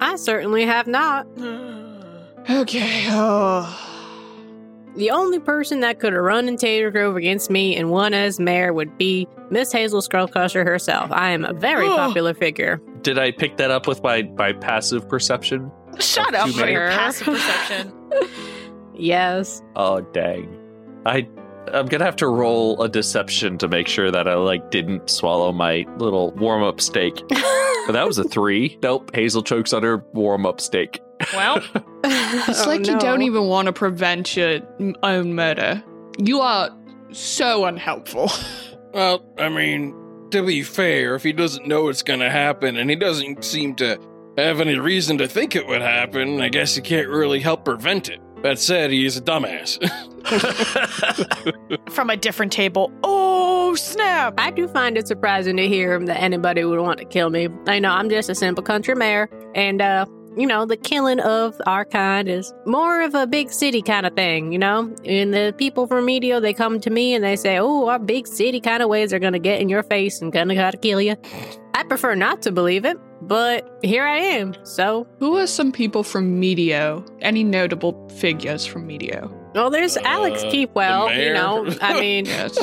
I certainly have not. Okay. Oh. The only person that could have run in Tater Grove against me and won as mayor would be Miss Hazel Skullcrusher herself. I am a very Oh. popular figure. Did I pick that up with my my passive perception? Shut up Too for your many. passive perception. Yes. Oh dang! I I'm gonna have to roll a deception to make sure that I like didn't swallow my little warm up steak. But that was a three. Nope. Hazel chokes on her warm up steak. Well, It's like you don't even want to prevent your m- own murder. You are so unhelpful. Well, I mean, to be fair, if he doesn't know it's gonna happen and he doesn't seem to have any reason to think it would happen, I guess he can't really help prevent it. That said, he is a dumbass. from a different table. Oh, snap. I do find it surprising to hear that anybody would want to kill me. I know I'm just a simple country mayor, and uh, you know the killing of our kind is more of a big city kind of thing. You know, and the people from Medio they come to me and they say, "Oh, our big city kind of ways are gonna get in your face and gonna gotta kill you." I prefer not to believe it, but here I am. So, Who are some people from Medio? Any notable figures from Medio? well, there's Uh, Alex the Keepwell. You mayor. know, I mean. Yes.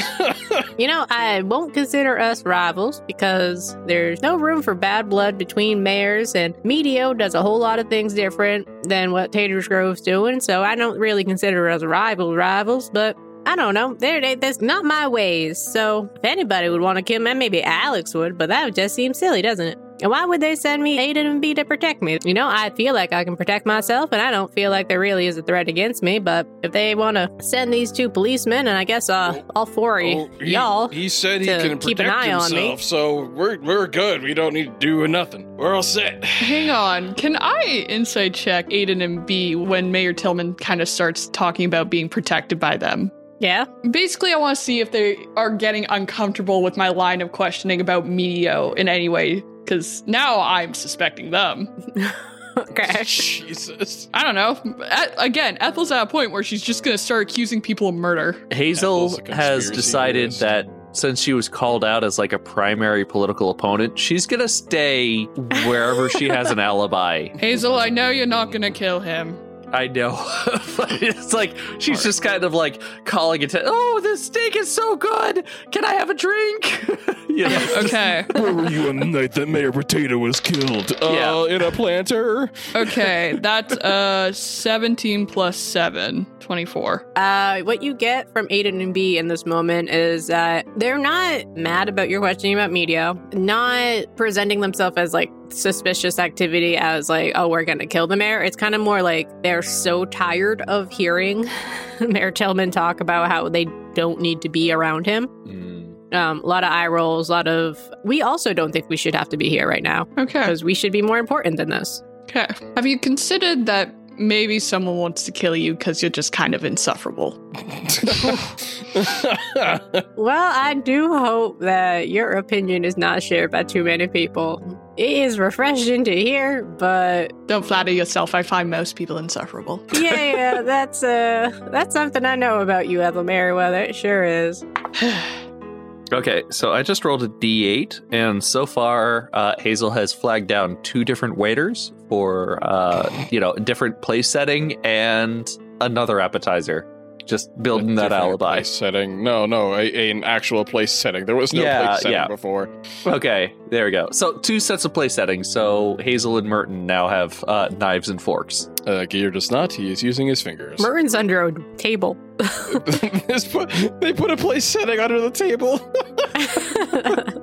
You know, I won't consider us rivals because there's no room for bad blood between mayors, and Medio does a whole lot of things different than what Taters Grove's doing, so I don't really consider us rival rivals, but I don't know. They're, they, that's not my ways, so if anybody would want to kill me, maybe Alex would, but that would just seem silly, doesn't it? And why would they send me A and B to protect me? You know, I feel like I can protect myself, and I don't feel like there really is a threat against me. But if they want to send these two policemen, and I guess uh, all four of Oh, you, y'all, He said he to can keep an protect eye on me. himself, so we're we're good. We don't need to do nothing. We're all set. Hang on. Can I insight check Aiden and B when Mayor Tillman kind of starts talking about being protected by them? yeah, Basically, I want to see if they are getting uncomfortable with my line of questioning about Medio in any way, because now I'm suspecting them. okay. Jesus. I don't know. A- again, Ethel's at a point where she's just going to start accusing people of murder. Hazel Ethel's a has conspiracy decided theorist. that since she was called out as like a primary political opponent, she's gonna stay wherever she has an alibi. Hazel, I know you're not going to kill him. I know. But it's like she's just kind of like calling it. Oh, this steak is so good. Can I have a drink? you know, Okay. Where were you on the night that Mayor Potato was killed? Yeah. Uh, in a planter. Okay. That's uh 17 plus 7, 24. Uh, what you get from Aiden and B in this moment is that they're not mad about your questioning about media, not presenting themselves as like suspicious activity as like, oh, we're gonna kill the mayor. It's kind of more like they're so tired of hearing Mayor Tillman talk about how they don't need to be around him. Mm. Um, a lot of eye rolls, a lot of we also don't think we should have to be here right now Okay. because we should be more important than this. Okay. Have you considered that maybe someone wants to kill you because you're just kind of insufferable? Well, I do hope that your opinion is not shared by too many people. It is refreshing to hear, but Don't flatter yourself. I find most people insufferable. yeah, yeah, that's uh, that's something I know about you, Ethel Merriweather. It sure is. Okay, so I just rolled a d8, and so far uh, Hazel has flagged down two different waiters for uh, you know a different place setting and another appetizer. Just building that Different alibi. place setting. No, no, a, a- an actual place setting. There was no Yeah, place setting yeah. before. Okay, there we go. So two sets of play settings. So Hazel and Merton now have uh, knives and forks. Uh, Gear does not. He is using his fingers. Merton's under a table. This put- they put a place setting under the table.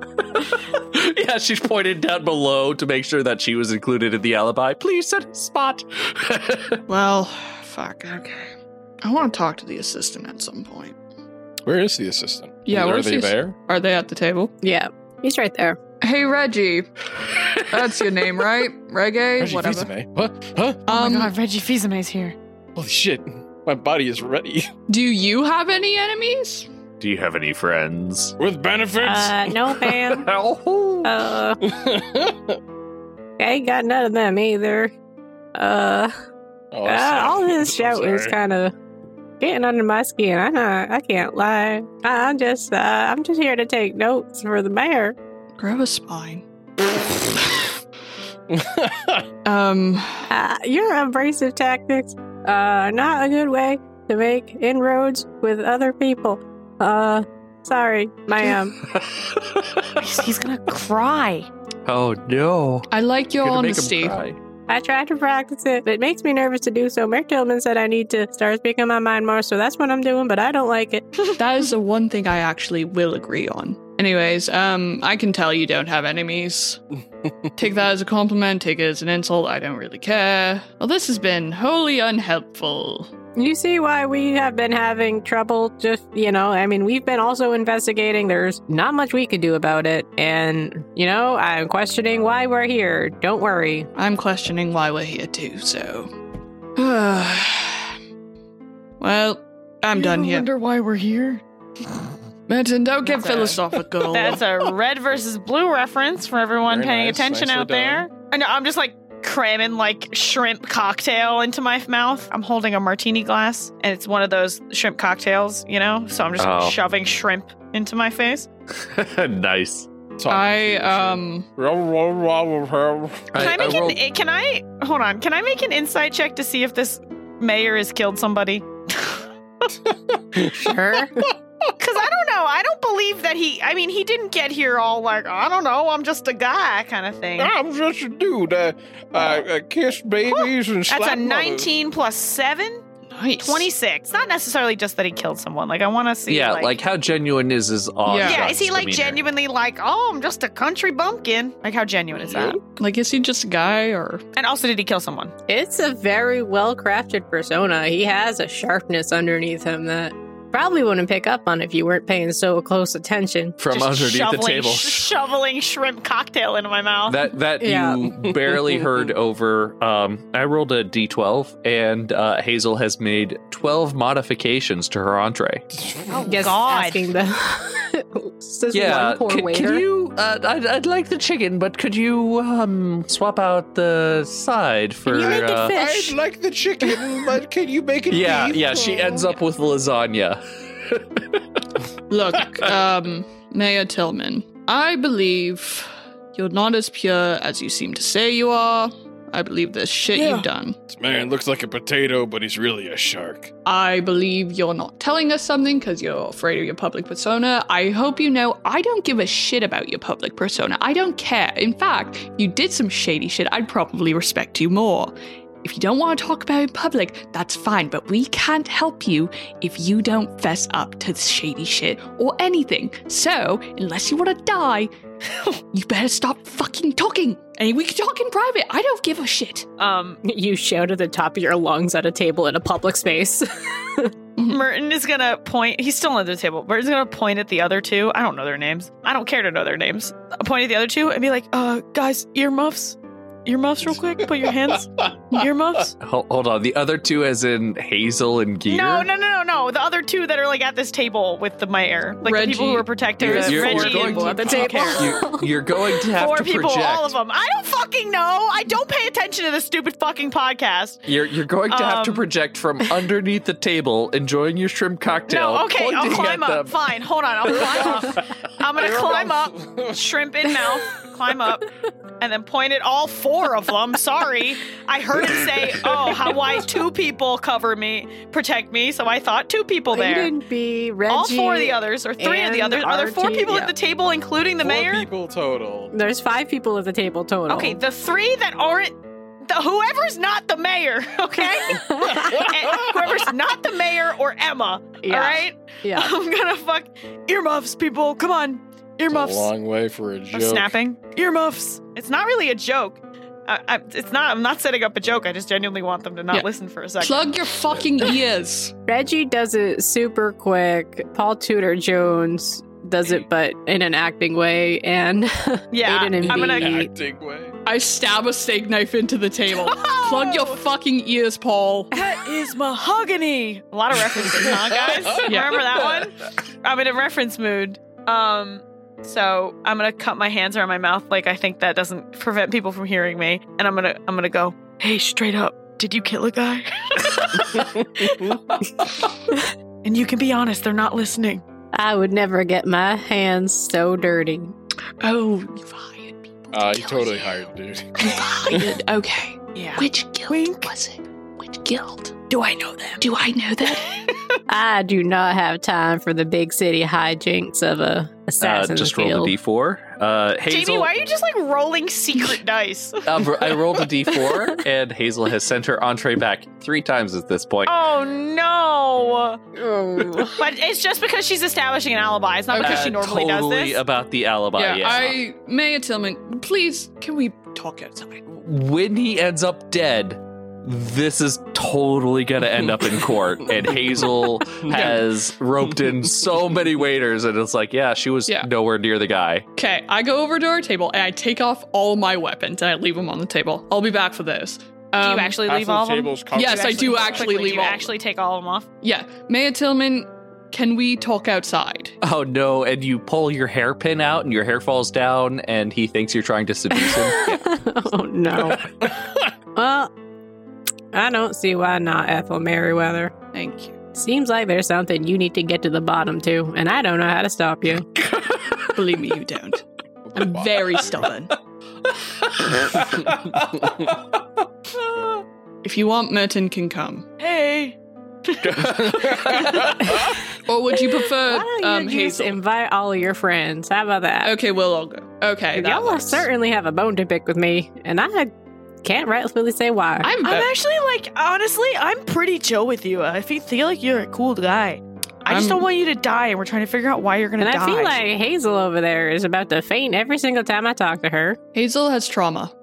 yeah, she's pointed down below to make sure that she was included in the alibi. Please set a spot. Well, fuck. Okay. I want to talk to the assistant at some point. Where is the assistant? Yeah, are where's they the ass- there? Are they at the table? yeah, he's right there. Hey, Reggie. That's your name, right? Reggae? Reggie Whatever. Fils-Aimé. What? Huh? Oh Um, my god, Reggie Fils-Aimé's here. Holy shit! My body is ready do you have any enemies? Do you have any friends? with benefits. Uh, no, ma'am. Oh, Uh, I ain't got none of them either. Uh, Oh, uh, sorry. all this I'm shouting is sorry. kind of getting under my skin. I'm not, I can't lie. I, I'm just, uh, I'm just here to take notes for the mayor. Grab a spine. Um, Uh, your abrasive tactics are not a good way to make inroads with other people. Uh, sorry, ma'am. He's, he's gonna cry. oh no! I like your Gonna make 'em honesty. cry. I tried to practice it, but it makes me nervous to do so. Mayor Tillman said I need to start speaking my mind more, so that's what I'm doing, but I don't like it. That is the one thing I actually will agree on. Anyways, um, I can tell you don't have enemies. take that as a compliment, take it as an insult, I don't really care. Well, this has been wholly unhelpful. You see why we have been having trouble, just, you know, I mean, we've been also investigating. There's not much we could do about it, and, you know, I'm questioning why we're here. Don't worry. I'm questioning why we're here too, so. well, I'm done here. Wonder why we're here. Merton, don't get Okay. philosophical. That's a red versus blue reference for everyone Very paying nice, attention nicely out there. I know, I'm just like cramming like shrimp cocktail into my mouth. I'm holding a martini glass, and it's one of those shrimp cocktails, you know. So I'm just Oh. shoving shrimp into my face. nice. Talking I, to you, um. sir. Can I, make rolled- an? eh, Can I hold on? Can I make an insight check to see if this mayor has killed somebody? Sure. Because I don't know. I don't believe that he. I mean, he didn't get here all like I don't know. I'm just a guy kind of thing. I'm just a dude. Uh, I, I kiss babies and slap That's a mothers. 19 plus 7? Nice. 26. It's not necessarily just that he killed someone. Like, I want to see. yeah, like, how genuine is his odd Yeah. yeah, shots is he like demeanor? genuinely like, oh, I'm just a country bumpkin? Like, how genuine is that? Like, is he just a guy or. And also, did he kill someone? It's a very well crafted persona. He has a sharpness underneath him that probably wouldn't pick up on if you weren't paying so close attention. from Just underneath the shoveling- table? sh- shoveling shrimp cocktail into my mouth. that that Yeah. you barely heard over. Um, I rolled a d12, and uh, Hazel has made 12 modifications to her entree. oh, Just God. asking the says yeah, one poor c- can, waiter. you? Uh, I'd, I'd like the chicken, but could you um, swap out the side for? you make uh, it I'd fish? like the chicken, but can you make it? yeah, beef? yeah. She ends up with lasagna. Look, um, Mayor Tillman, I believe you're not as pure as you seem to say you are. I believe there's shit Yeah. you've done. This man looks like a potato, but he's really a shark. I believe you're not telling us something because you're afraid of your public persona. I hope you know I don't give a shit about your public persona. I don't care. In fact, if you did some shady shit, I'd probably respect you more. If you don't want to talk about it in public, that's fine, but we can't help you if you don't fess up to shady shit or anything. So, unless you want to die, you better stop fucking talking. And we can talk in private. I don't give a shit. Um, You shout at the top of your lungs at a table in a public space. Merton is gonna point. He's still under the table. Merton's gonna point at the other two. I don't know their names. I don't care to know their names. Uh, point at the other two and be like, "Uh, guys, earmuffs, earmuffs, real quick. Put your hands, earmuffs." Hold, hold on, the other two, as in Hazel and Gear. No, no, no, no, no. The other two that are like at this table with the mayor, like the people Reggie. who are protecting You're- us. you're- Reggie you're going and to- at the Don't table. care. You, are going to have Four to people, project. all of them. I don't fucking know. I don't pay attention to this stupid fucking podcast. You're you're going to have to Um, project from underneath the table, enjoying your shrimp cocktail. No, okay, I'll pointing climb at up. them. Fine, hold on, I'll climb up. I'm gonna climb up, shrimp in mouth, climb up and then point at all four of them. Sorry. I heard him say, oh, how, why two people cover me, protect me. So I thought two people there. Clayton B, Reggie. All four of the others, or three of the and others. Are there four RG? people Yeah. at the table, including the Four mayor? people total. There's five people at the table total. Okay, the three that aren't the whoever's not the mayor, okay? And whoever's not the mayor or Emma, Yeah. all right? Yeah. I'm gonna fuck earmuffs, people. Come on, It's a earmuffs. long way for a I'm joke. snapping earmuffs. It's not really a joke. I, I, it's not. I'm not setting up a joke. I just genuinely want them to not Yeah. listen for a second. Plug your fucking ears. Reggie does it super quick. Paul Tudor Jones does it, but in an acting way. And yeah, Aiden and I'm gonna. Bea. Acting way. I stab a steak knife into the table. Plug Oh. your fucking ears, Paul. That is mahogany. A lot of references, huh, guys? Yeah. Remember that one? I'm in a reference mood. Um, so I'm gonna cut my hands around my mouth, like I think that doesn't prevent people from hearing me. And I'm gonna, I'm gonna go, hey, straight up, did you kill a guy? and you can be honest, they're not listening. I would never get my hands so dirty. Oh, you hired people. Uh, he totally hired, dude. hired. Okay. Yeah. Which guild Wink. was it? Which guild? Do I know them? Do I know that? I do not have time for the big city hijinks of a Uh, assassin. just field. roll the d4. Uh, Jamie, Hazel, why are you just like rolling secret dice? Uh, I rolled a d4, and Hazel has sent her entree back three times at this point. Oh no! Oh. But it's just because she's establishing an alibi. It's not because Uh, she normally totally does this. about the alibi. Yeah, I Maya Tillman, please can we talk outside? when he ends up dead, this is totally gonna end up in court. and Hazel has roped in so many waiters, and it's like, yeah, she was Yeah. nowhere near the guy. Okay, I go over to our table and I take off all my weapons and I leave them on the table. I'll be back for those. Do Um, you actually leave all of them? Yes, I do actually Quickly, leave do you all of actually take all of them off? Yeah, Maya Tillman, can we talk outside? Oh no! And you pull your hairpin out, and your hair falls down, and he thinks you're trying to seduce him. oh no. well, I don't see why not, Ethel Merriweather. Thank you. Seems like there's something you need to get to the bottom to, and I don't know how to stop you. Believe me, you don't. I'm very stubborn. If you want, Merton can come. Hey. Or would you Why prefer don't you um, just Hazel? invite all of your friends? How about that? okay, we'll all go. Okay, that Y'all works. certainly have a bone to pick with me, and I can't rightfully say why. I'm, I'm ve- actually like, honestly, I'm pretty chill with you. I fe- feel like you're a cool guy. I just I'm- don't want you to die, and we're trying to figure out why you're going and to die. I feel like Hazel over there is about to faint every single time I talk to her. Hazel has trauma.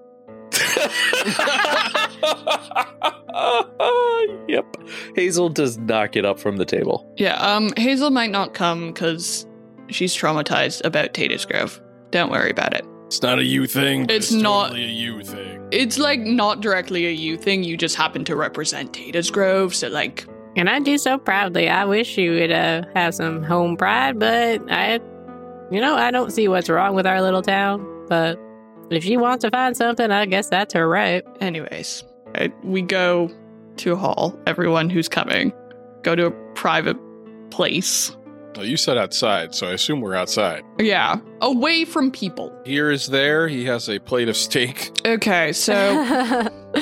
yep. Hazel does not get up from the table. Yeah, um, Hazel might not come because she's traumatized about Tatus Grove. Don't worry about it. It's not a you thing. but It's not- totally a you thing. It's like not directly a you thing. You just happen to represent Tatus Grove, so like, And I do so proudly. I wish you would uh, have some home pride, but I, you know, I don't see what's wrong with our little town. But if she wants to find something, I guess that's her right. anyways, I, we go to a hall. Everyone who's coming, go to a private place. No, you said outside, so I assume we're outside. Yeah, away from people. Here is there. He has a plate of steak. Okay, so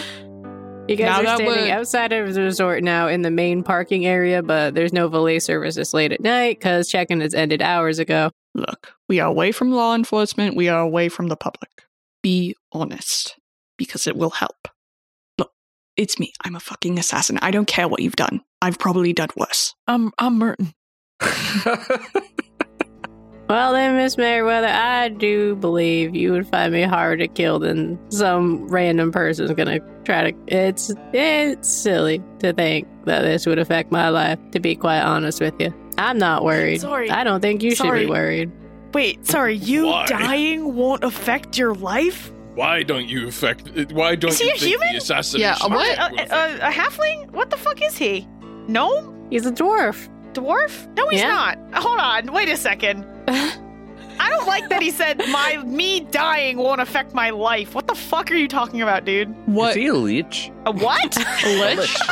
you guys Now are that standing would- outside of the resort now in the main parking area, but there's no valet services late at night because check-in has ended hours ago. look, we are away from law enforcement. We are away from the public. Be honest, because it will help. Look, it's me. I'm a fucking assassin. I don't care what you've done. I've probably done worse. I'm, I'm Merton. Well then, Miss Merriweather, I do believe you would find me harder to kill than some random person's gonna try to. It's it's silly to think that this would affect my life. To be quite honest with you, I'm not worried. Sorry. I don't think you Sorry. should be worried. Wait, sorry, you Why? dying won't affect your life? Why don't you affect? Why don't Is you he a think human? the assassin? Yeah, is a what? smart? A, a, Uh, a halfling? What the fuck is he? Gnome? He's a dwarf. Dwarf? No, he's Yeah. not. Hold on, wait a second. I don't like that he said my me dying won't affect my life. What the fuck are you talking about, dude? Is What? he a leech? A what? Lich? Leech?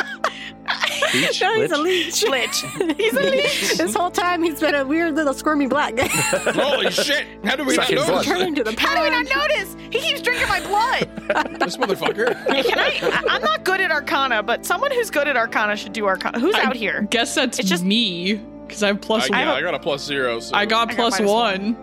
No, he's a Lich? leech. Lich. he's a leech. this whole time he's been a weird little squirmy black guy. uh, Holy shit! How do we not Sucking notice blood. that? Turn into the How do we not pound. notice? He keeps drinking my blood. this motherfucker? Can I? I- I'm not good at Arcana, but someone who's good at Arcana should do Arcana. Who's I- out here? Guess that's It's just- me because I have plus I, one. yeah, I got a plus zero. So mm, I got I got plus minus one.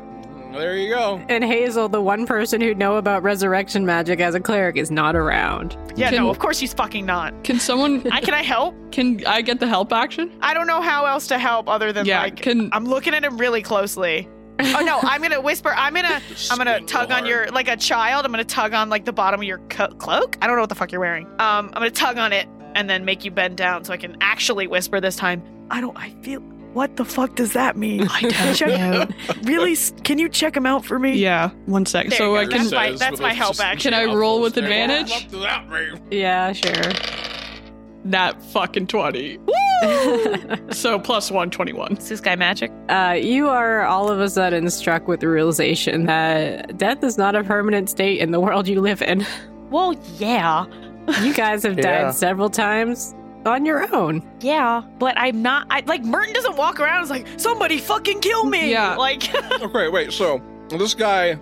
There you go. And Hazel, the one person who'd know about resurrection magic as a cleric, is not around. Yeah, Can- no, of course he's fucking not. Can someone? I can I help? can I get the help action? I don't know how else to help other than yeah. like can I'm looking at him really closely. Oh no, I'm gonna whisper. I'm gonna I'm gonna Squint real tug on hard. your like a child. I'm gonna tug on like the bottom of your co- cloak. I don't know what the fuck you're wearing. Um, I'm gonna tug on it and then make you bend down so I can actually whisper this time. I don't. I feel. What the fuck does that mean? I don't Check- know. Really? s- Can you check him out for me? Yeah. One sec. There so you I go. can. That's my- Says that's with my a help just action. Can I roll with mouthful staring advantage? up to that room. Yeah, sure. That fucking twenty. So plus one twenty-one. Is this guy magic? Uh, you are all of a sudden struck with the realization that death is not a permanent state in the world you live in. Well, yeah, You guys have Yeah. died several times on your own. yeah, but I'm not. I like Merton doesn't walk around. and is like somebody fucking kill me. Yeah. like Okay, wait. So this guy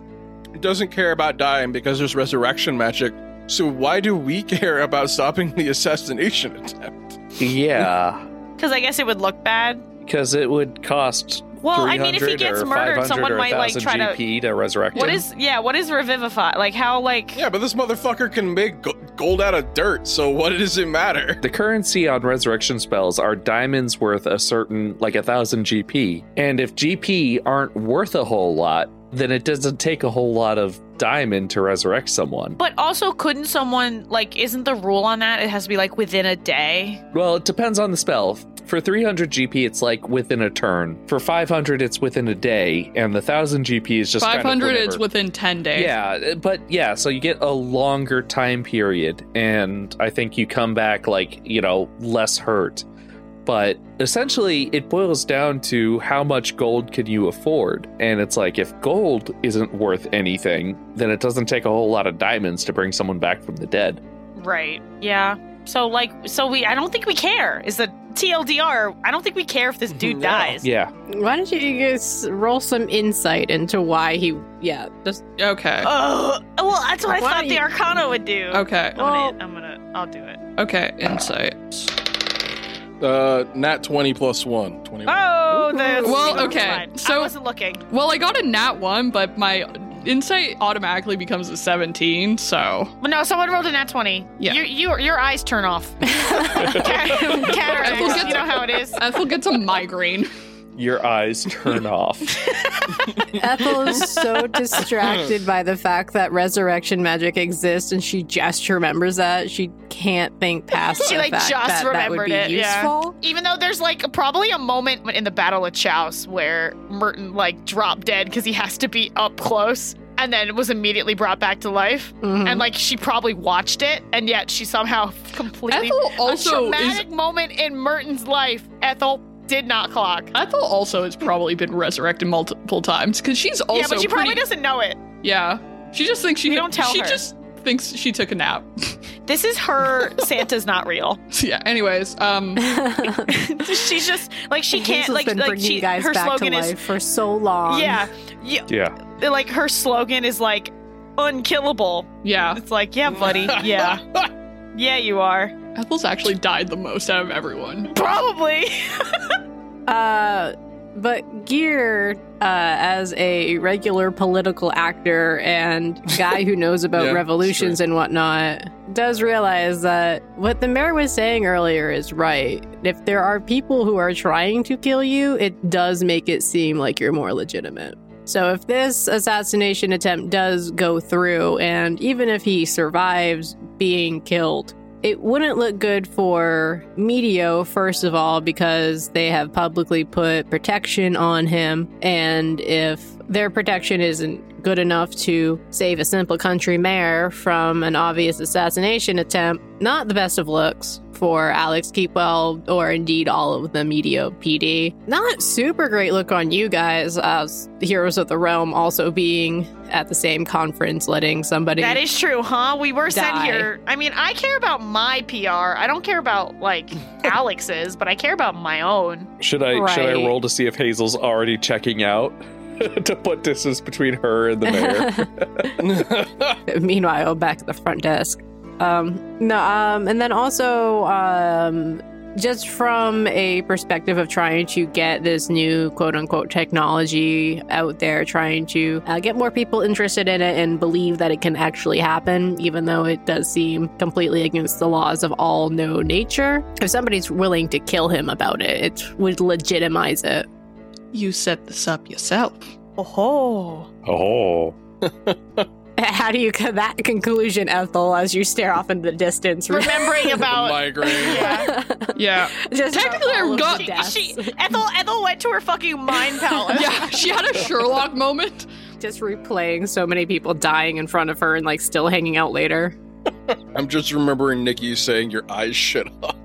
doesn't care about dying because there's resurrection magic. So why do we care about stopping the assassination attempt? Yeah, because I guess it would look bad. because it would cost. Well, I mean, if he 300 gets or murdered, 500 someone or might like 1000 try to GP to resurrect What him. is yeah? What is revivify? Like how like Yeah, but this motherfucker can make go- gold out of dirt. So what does it matter? The currency on resurrection spells are diamonds worth a certain, like a thousand GP. And if GP aren't worth a whole lot, then it doesn't take a whole lot of diamond to resurrect someone. But also, couldn't someone like? Isn't the rule on that it has to be like within a day? Well, it depends on the spell. For 300 GP, it's like within a turn. For 500, it's within a day. And the 1000 GP is just kind Five of hundred is whatever. within ten days. Yeah, uh, but yeah, so you get a longer time period, and I think you come back like, you know, less hurt. But essentially, it boils down to how much gold can you afford. And it's like, if gold isn't worth anything, then it doesn't take a whole lot of diamonds to bring someone back from the dead. Right. Yeah. So like, so we. I don't think we care. Is the TLDR? I don't think we care if this dude No. dies. Yeah. Why don't you guys roll some insight into why he? Yeah, just Okay. Oh well, that's what Why I thought don't the you- Arcana would do. Okay. I'm, gonna, I'm gonna. I'll do it. Okay. Insights. Uh, nat twenty plus one. Twenty. Ah! Oh, the Well, never okay, mind. I so- wasn't looking. Well, I got a nat one, but my insight automatically becomes a seventeen. So But no, someone rolled a nat twenty. Yeah. You, you, your eyes turn off. Cataracts. get you know how it is. Ethel gets a migraine. Your eyes turn off. Ethel is so distracted by the fact that resurrection magic exists, and she just remembers that she can't think past. She, the like, fact just that that would remembered be it, yeah. useful. Even though there's like probably a moment in the Battle of Chouse where Merton like dropped dead because he has to be up close and then was immediately brought back to life. Mhm. And like she probably watched it and yet she somehow completely. Ethel also a is. traumatic moment in Merton's life, Ethel did not clock. Ethel also has probably been resurrected multiple times because she's also yeah, but she pretty. probably doesn't know it. Yeah, she just thinks she. You don't tell She her. just thinks she took a nap. This is her Santa's not real. So, yeah. Anyways, um, She's just like she can't Hazel's Mm-hmm. like been like bringing she guys her back slogan to is life for so long. yeah, yeah yeah. like her slogan is like unkillable. yeah, It's like, yeah, buddy. Yeah. yeah, you are. Ethel's actually died the most out of everyone. Probably. Uh, but Gear, uh, as a regular political actor and guy who knows about Yeah, revolutions and whatnot, does realize that what the mayor was saying earlier is right. If there are people who are trying to kill you, it does make it seem like you're more legitimate. So if this assassination attempt does go through, and even if he survives being killed, it wouldn't look good for Meteo, first of all, because they have publicly put protection on him. And if their protection isn't good enough to save a simple country mayor from an obvious assassination attempt. Not the best of looks for Alex Keepwell, or indeed all of the Medio PD. Not super great look on you guys, as Heroes of the Realm also being at the same conference, letting somebody. That is true, huh? We were sent Die. here. I mean, I care about my PR. I don't care about like Alex's, but I care about my own. Should I should I Right. roll to see if Hazel's already checking out to put distance between her and the mayor? Meanwhile, back at the front desk. Um, no, um, and then also, um, just from a perspective of trying to get this new quote unquote technology out there, trying to uh, get more people interested in it and believe that it can actually happen, even though it does seem completely against the laws of all known nature. If somebody's willing to kill him about it, it would legitimize it. You set this up yourself. Oh, oh. How do you come to that conclusion, Ethel, as you stare off into the distance? remembering The about. migraine. Yeah. Yeah. Just Technically, all I've of the got- deaths. She, Ethel Ethel went to her fucking mind palace. Yeah, she had a Sherlock moment. just replaying so many people dying in front of her and like still hanging out later. I'm just remembering Nikki saying your eyes shut up.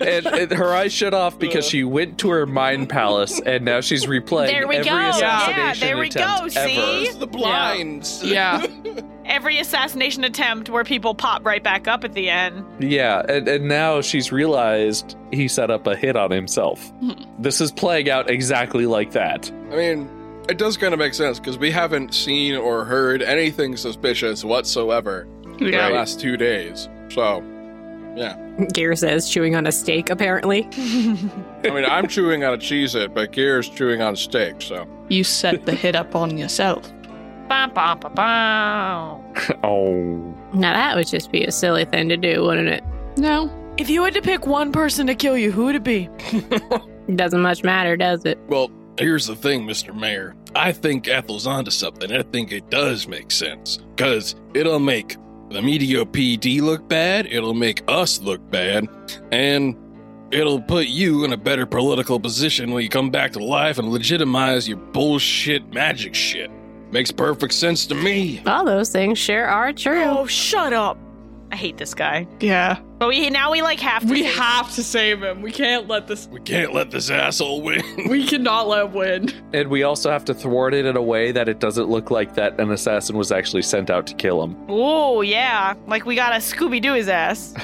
And, and her eyes shut off Uh. because she went to her mind palace and now she's replaying There we every go. Yeah, assassination there we attempt go, ever. see? the blinds. Yeah. Every assassination attempt where people pop right back up at the end. Yeah, and, and now she's realized he set up a hit on himself. This is playing out exactly like that. I mean, it does kind of make sense because we haven't seen or heard anything suspicious whatsoever in Yeah. the last two days. So, yeah. Gear says chewing on a steak apparently. I mean, I'm chewing on a cheese it, but Gear's chewing on steak. So, You set the hit up on yourself. Bum, bum, bum, bum. Oh. Now that would just be a silly thing to do, wouldn't it? No. If you had to pick one person to kill you, who would it be? Doesn't much matter, does it? well, here's the thing, Mr. Mayor. I think Ethel's onto something. I think it does make sense because it'll make the Medio PD look bad. It'll make us look bad, and it'll put you in a better political position when you come back to life and legitimize your bullshit magic shit. Makes perfect sense to me. All those things sure are true. Oh, shut up. I hate this guy. Yeah. But we now we like have to. We say- have to save him. We can't let this. We can't let this asshole win. We cannot let him win. And we also have to thwart it in a way that it doesn't look like that an assassin was actually sent out to kill him. Oh yeah, like we gotta Scooby Doo his ass.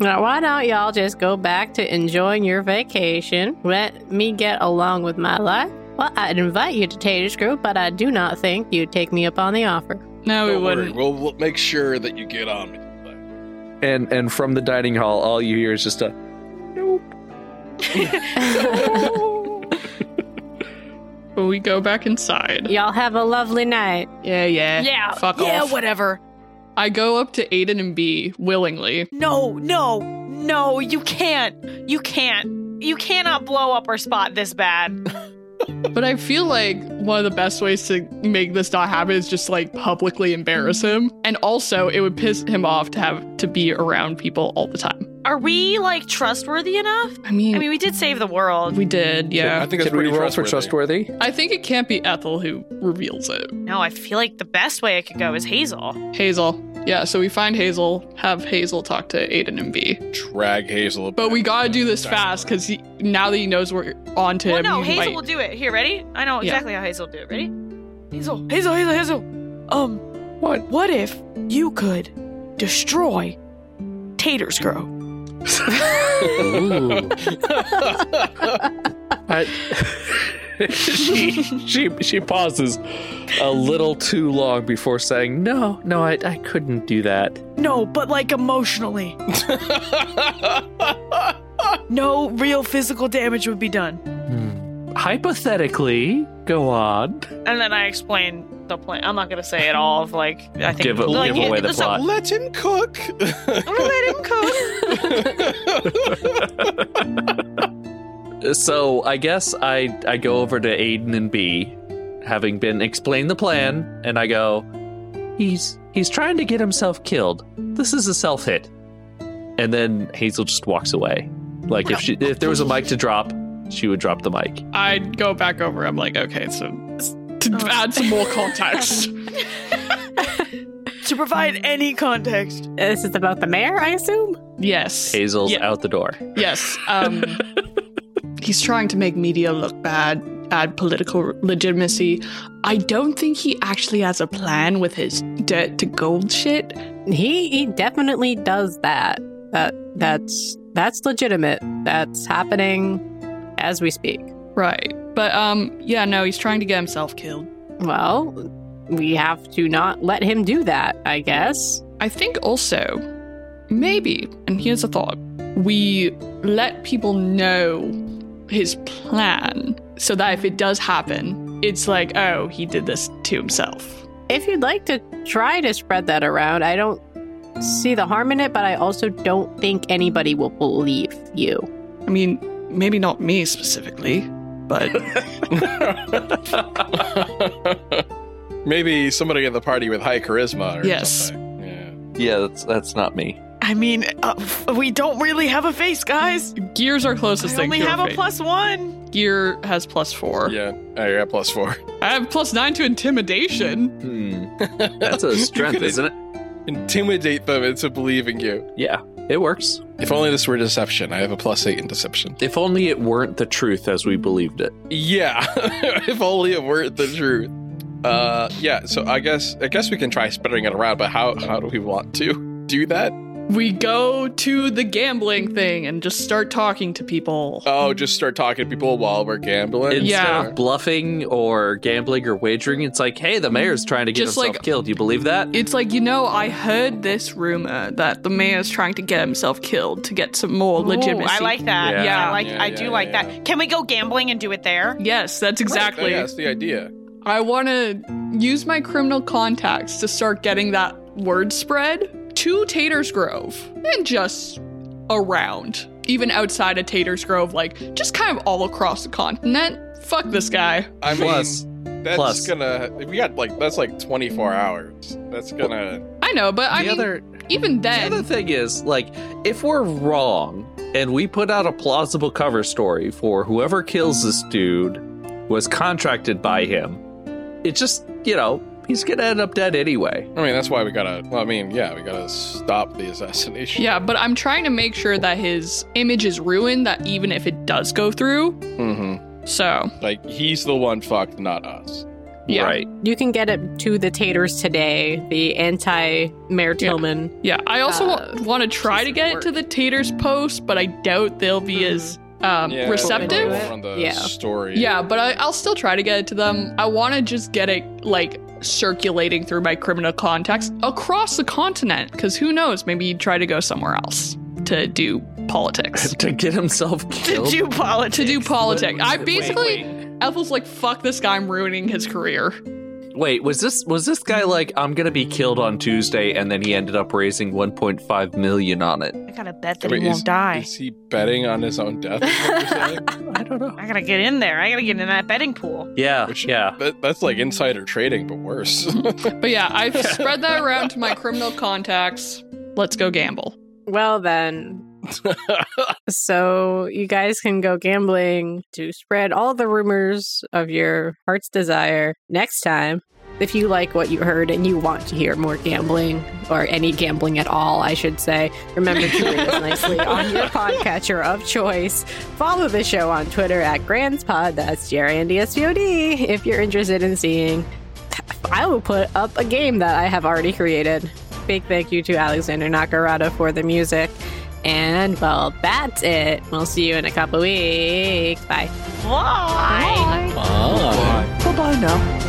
Now, why don't y'all just go back to enjoying your vacation? Let me get along with my life. Well, I'd invite you to Tater's group, but I do not think you'd take me up on the offer. No, we Don't worry, wouldn't. We'll, we'll make sure that you get on me. And and from the dining hall, all you hear is just a nope. But we go back inside. y'all have a lovely night. Yeah, yeah. Yeah. Eh, Fuck yeah, off. whatever. I go up to Aiden and B willingly. No, no, no, you can't. You can't. You cannot blow up our spot this bad. But I feel like one of the best ways to make this not happen is just like publicly embarrass him. And also, it would piss him off to have to be around people all the time. Are we like trustworthy enough? I mean, I mean, we did save the world. we did, yeah. I think that's Can we pretty roll for trustworthy. trustworthy? I think it can't be Ethel who reveals it. No, I feel like the best way it could go is Hazel. Hazel. Yeah, so we find Hazel, have Hazel talk to Aiden and B. Drag Hazel. But we gotta do this fast because now that he knows we're on to Well, him, no, he Hazel might- will do it. Here, ready? I know Yeah. exactly how Hazel will do it. Ready? Hazel, Hazel, Hazel, Hazel. Um, What? What if you could destroy Taters Grow? I, she, she she pauses a little too long before saying, "No, no, I, I couldn't do that." No, but like emotionally. no real physical damage would be done. Hmm. Hypothetically, go on. And then I explain the plan. I'm not gonna say it all. Of like, I think Give a- like, give away the so- plot. Let him cook. I'm gonna let him cook. So I guess I I go over to Aiden and B, having been explained the plan, and I go, he's he's trying to get himself killed. This is a self hit, and then Hazel just walks away. Like if she if there was a mic to drop, she would drop the mic. I'd go back over. I'm like, okay, so to Oh. add some more context. to provide any context. This is about the mayor, I assume? yes. Hazel's Yeah. out the door. Yes. Um, he's trying to make media look bad, add political legitimacy. I don't think he actually has a plan with his dirt to gold shit. He he definitely does that. That that's that's legitimate. That's happening as we speak. Right. But um, yeah, no, he's trying to get himself killed. Well, we have to not let him do that, I guess. I think also, maybe, and here's a thought we let people know his plan so that if it does happen, it's like, oh, he did this to himself. If you'd like to try to spread that around, I don't see the harm in it, but I also don't think anybody will believe you. I mean, maybe not me specifically, but Maybe somebody at the party with high charisma. Or Yes. something. Yeah. Yeah, that's that's not me. I mean, uh, we don't really have a face, guys. Gears are closest I thing. only to have a fate. plus one. Gear has plus four. Yeah. I got plus four. I have plus nine to intimidation. Hmm. That's a You strength, could isn't it? Intimidate them into believing you. Yeah, it works. If only this were deception. I have a plus eight in deception. If only it weren't the truth as we believed it. Yeah. if only it were the truth. Uh, yeah. So I guess I guess we can try spreading it around, but how how do we want to do that? We go to the gambling thing and just start talking to people. Oh, just start talking to people while we're gambling. Instead Yeah. of bluffing or gambling or wagering, it's like, hey, the mayor's trying to get Mm-hmm. Just himself like- killed. You believe that? It's like, you know, I heard this rumor that the mayor's trying to get himself killed to get some more legitimacy. Ooh, I like that. Yeah. Yeah, I like. Yeah, I yeah, do yeah, like yeah. that. Can we go gambling and do it there? Yes, that's exactly. Oh, Yeah, that's the idea. I want to use my criminal contacts to start getting that word spread to Tater's Grove and just around, even outside of Tater's Grove, like just kind of all across the continent. Fuck this guy. I Plus, mean, that's plus. gonna. We got like that's like twenty four hours. That's gonna. I know, but I the mean, other even the then, other thing is like, if we're wrong and we put out a plausible cover story for whoever kills this dude was contracted by him, it just you know he's gonna end up dead anyway. I mean, that's why we gotta. Well, I mean, yeah, we gotta stop the assassination. yeah, but I'm trying to make sure that his image is ruined, that even if it does go through. Mm-hmm. So, Like he's the one fucked, not us. yeah. Right. You can get it to the taters today, the anti Mayor Yeah. Tillman. Yeah, I also Uh, want to try piece to of get it work. to the Taters post, but I doubt they'll be Hmm. as um, Yeah, receptive. more on the Yeah. story. Yeah, but I, I'll still try to get it to them. I want to just get it like circulating through my criminal contacts across the continent because who knows? Maybe you'd try to go somewhere else to do politics. to get himself To killed. do politics. to do politics. I basically, wait, Ethel's like, fuck this guy, I'm ruining his career. wait, was this was this guy like I'm gonna be killed on Tuesday, and then he ended up raising 1.5 million on it? I gotta bet that Wait, he won't is, die. Is he betting on his own death? is what you're saying? I don't know. I gotta get in there. I gotta get in that betting pool. Yeah, Which- yeah. that, that's like insider trading, but worse. But yeah, I've spread that around to my criminal contacts. Let's go gamble. Well then. so you guys can go gambling to spread all the rumors of your heart's desire next time. If you like what you heard and you want to hear more gambling or any gambling at all, I should say, remember to rate us nicely on your podcatcher of choice. Follow the show on Twitter at GrandsPod. That's Jerry and DSVOD. If you're interested in seeing, I will put up a game that I have already created. Big thank you to Alexander Nakarada for the music. And well, that's it. We'll see you in a couple weeks. Bye. Why? Bye bye now.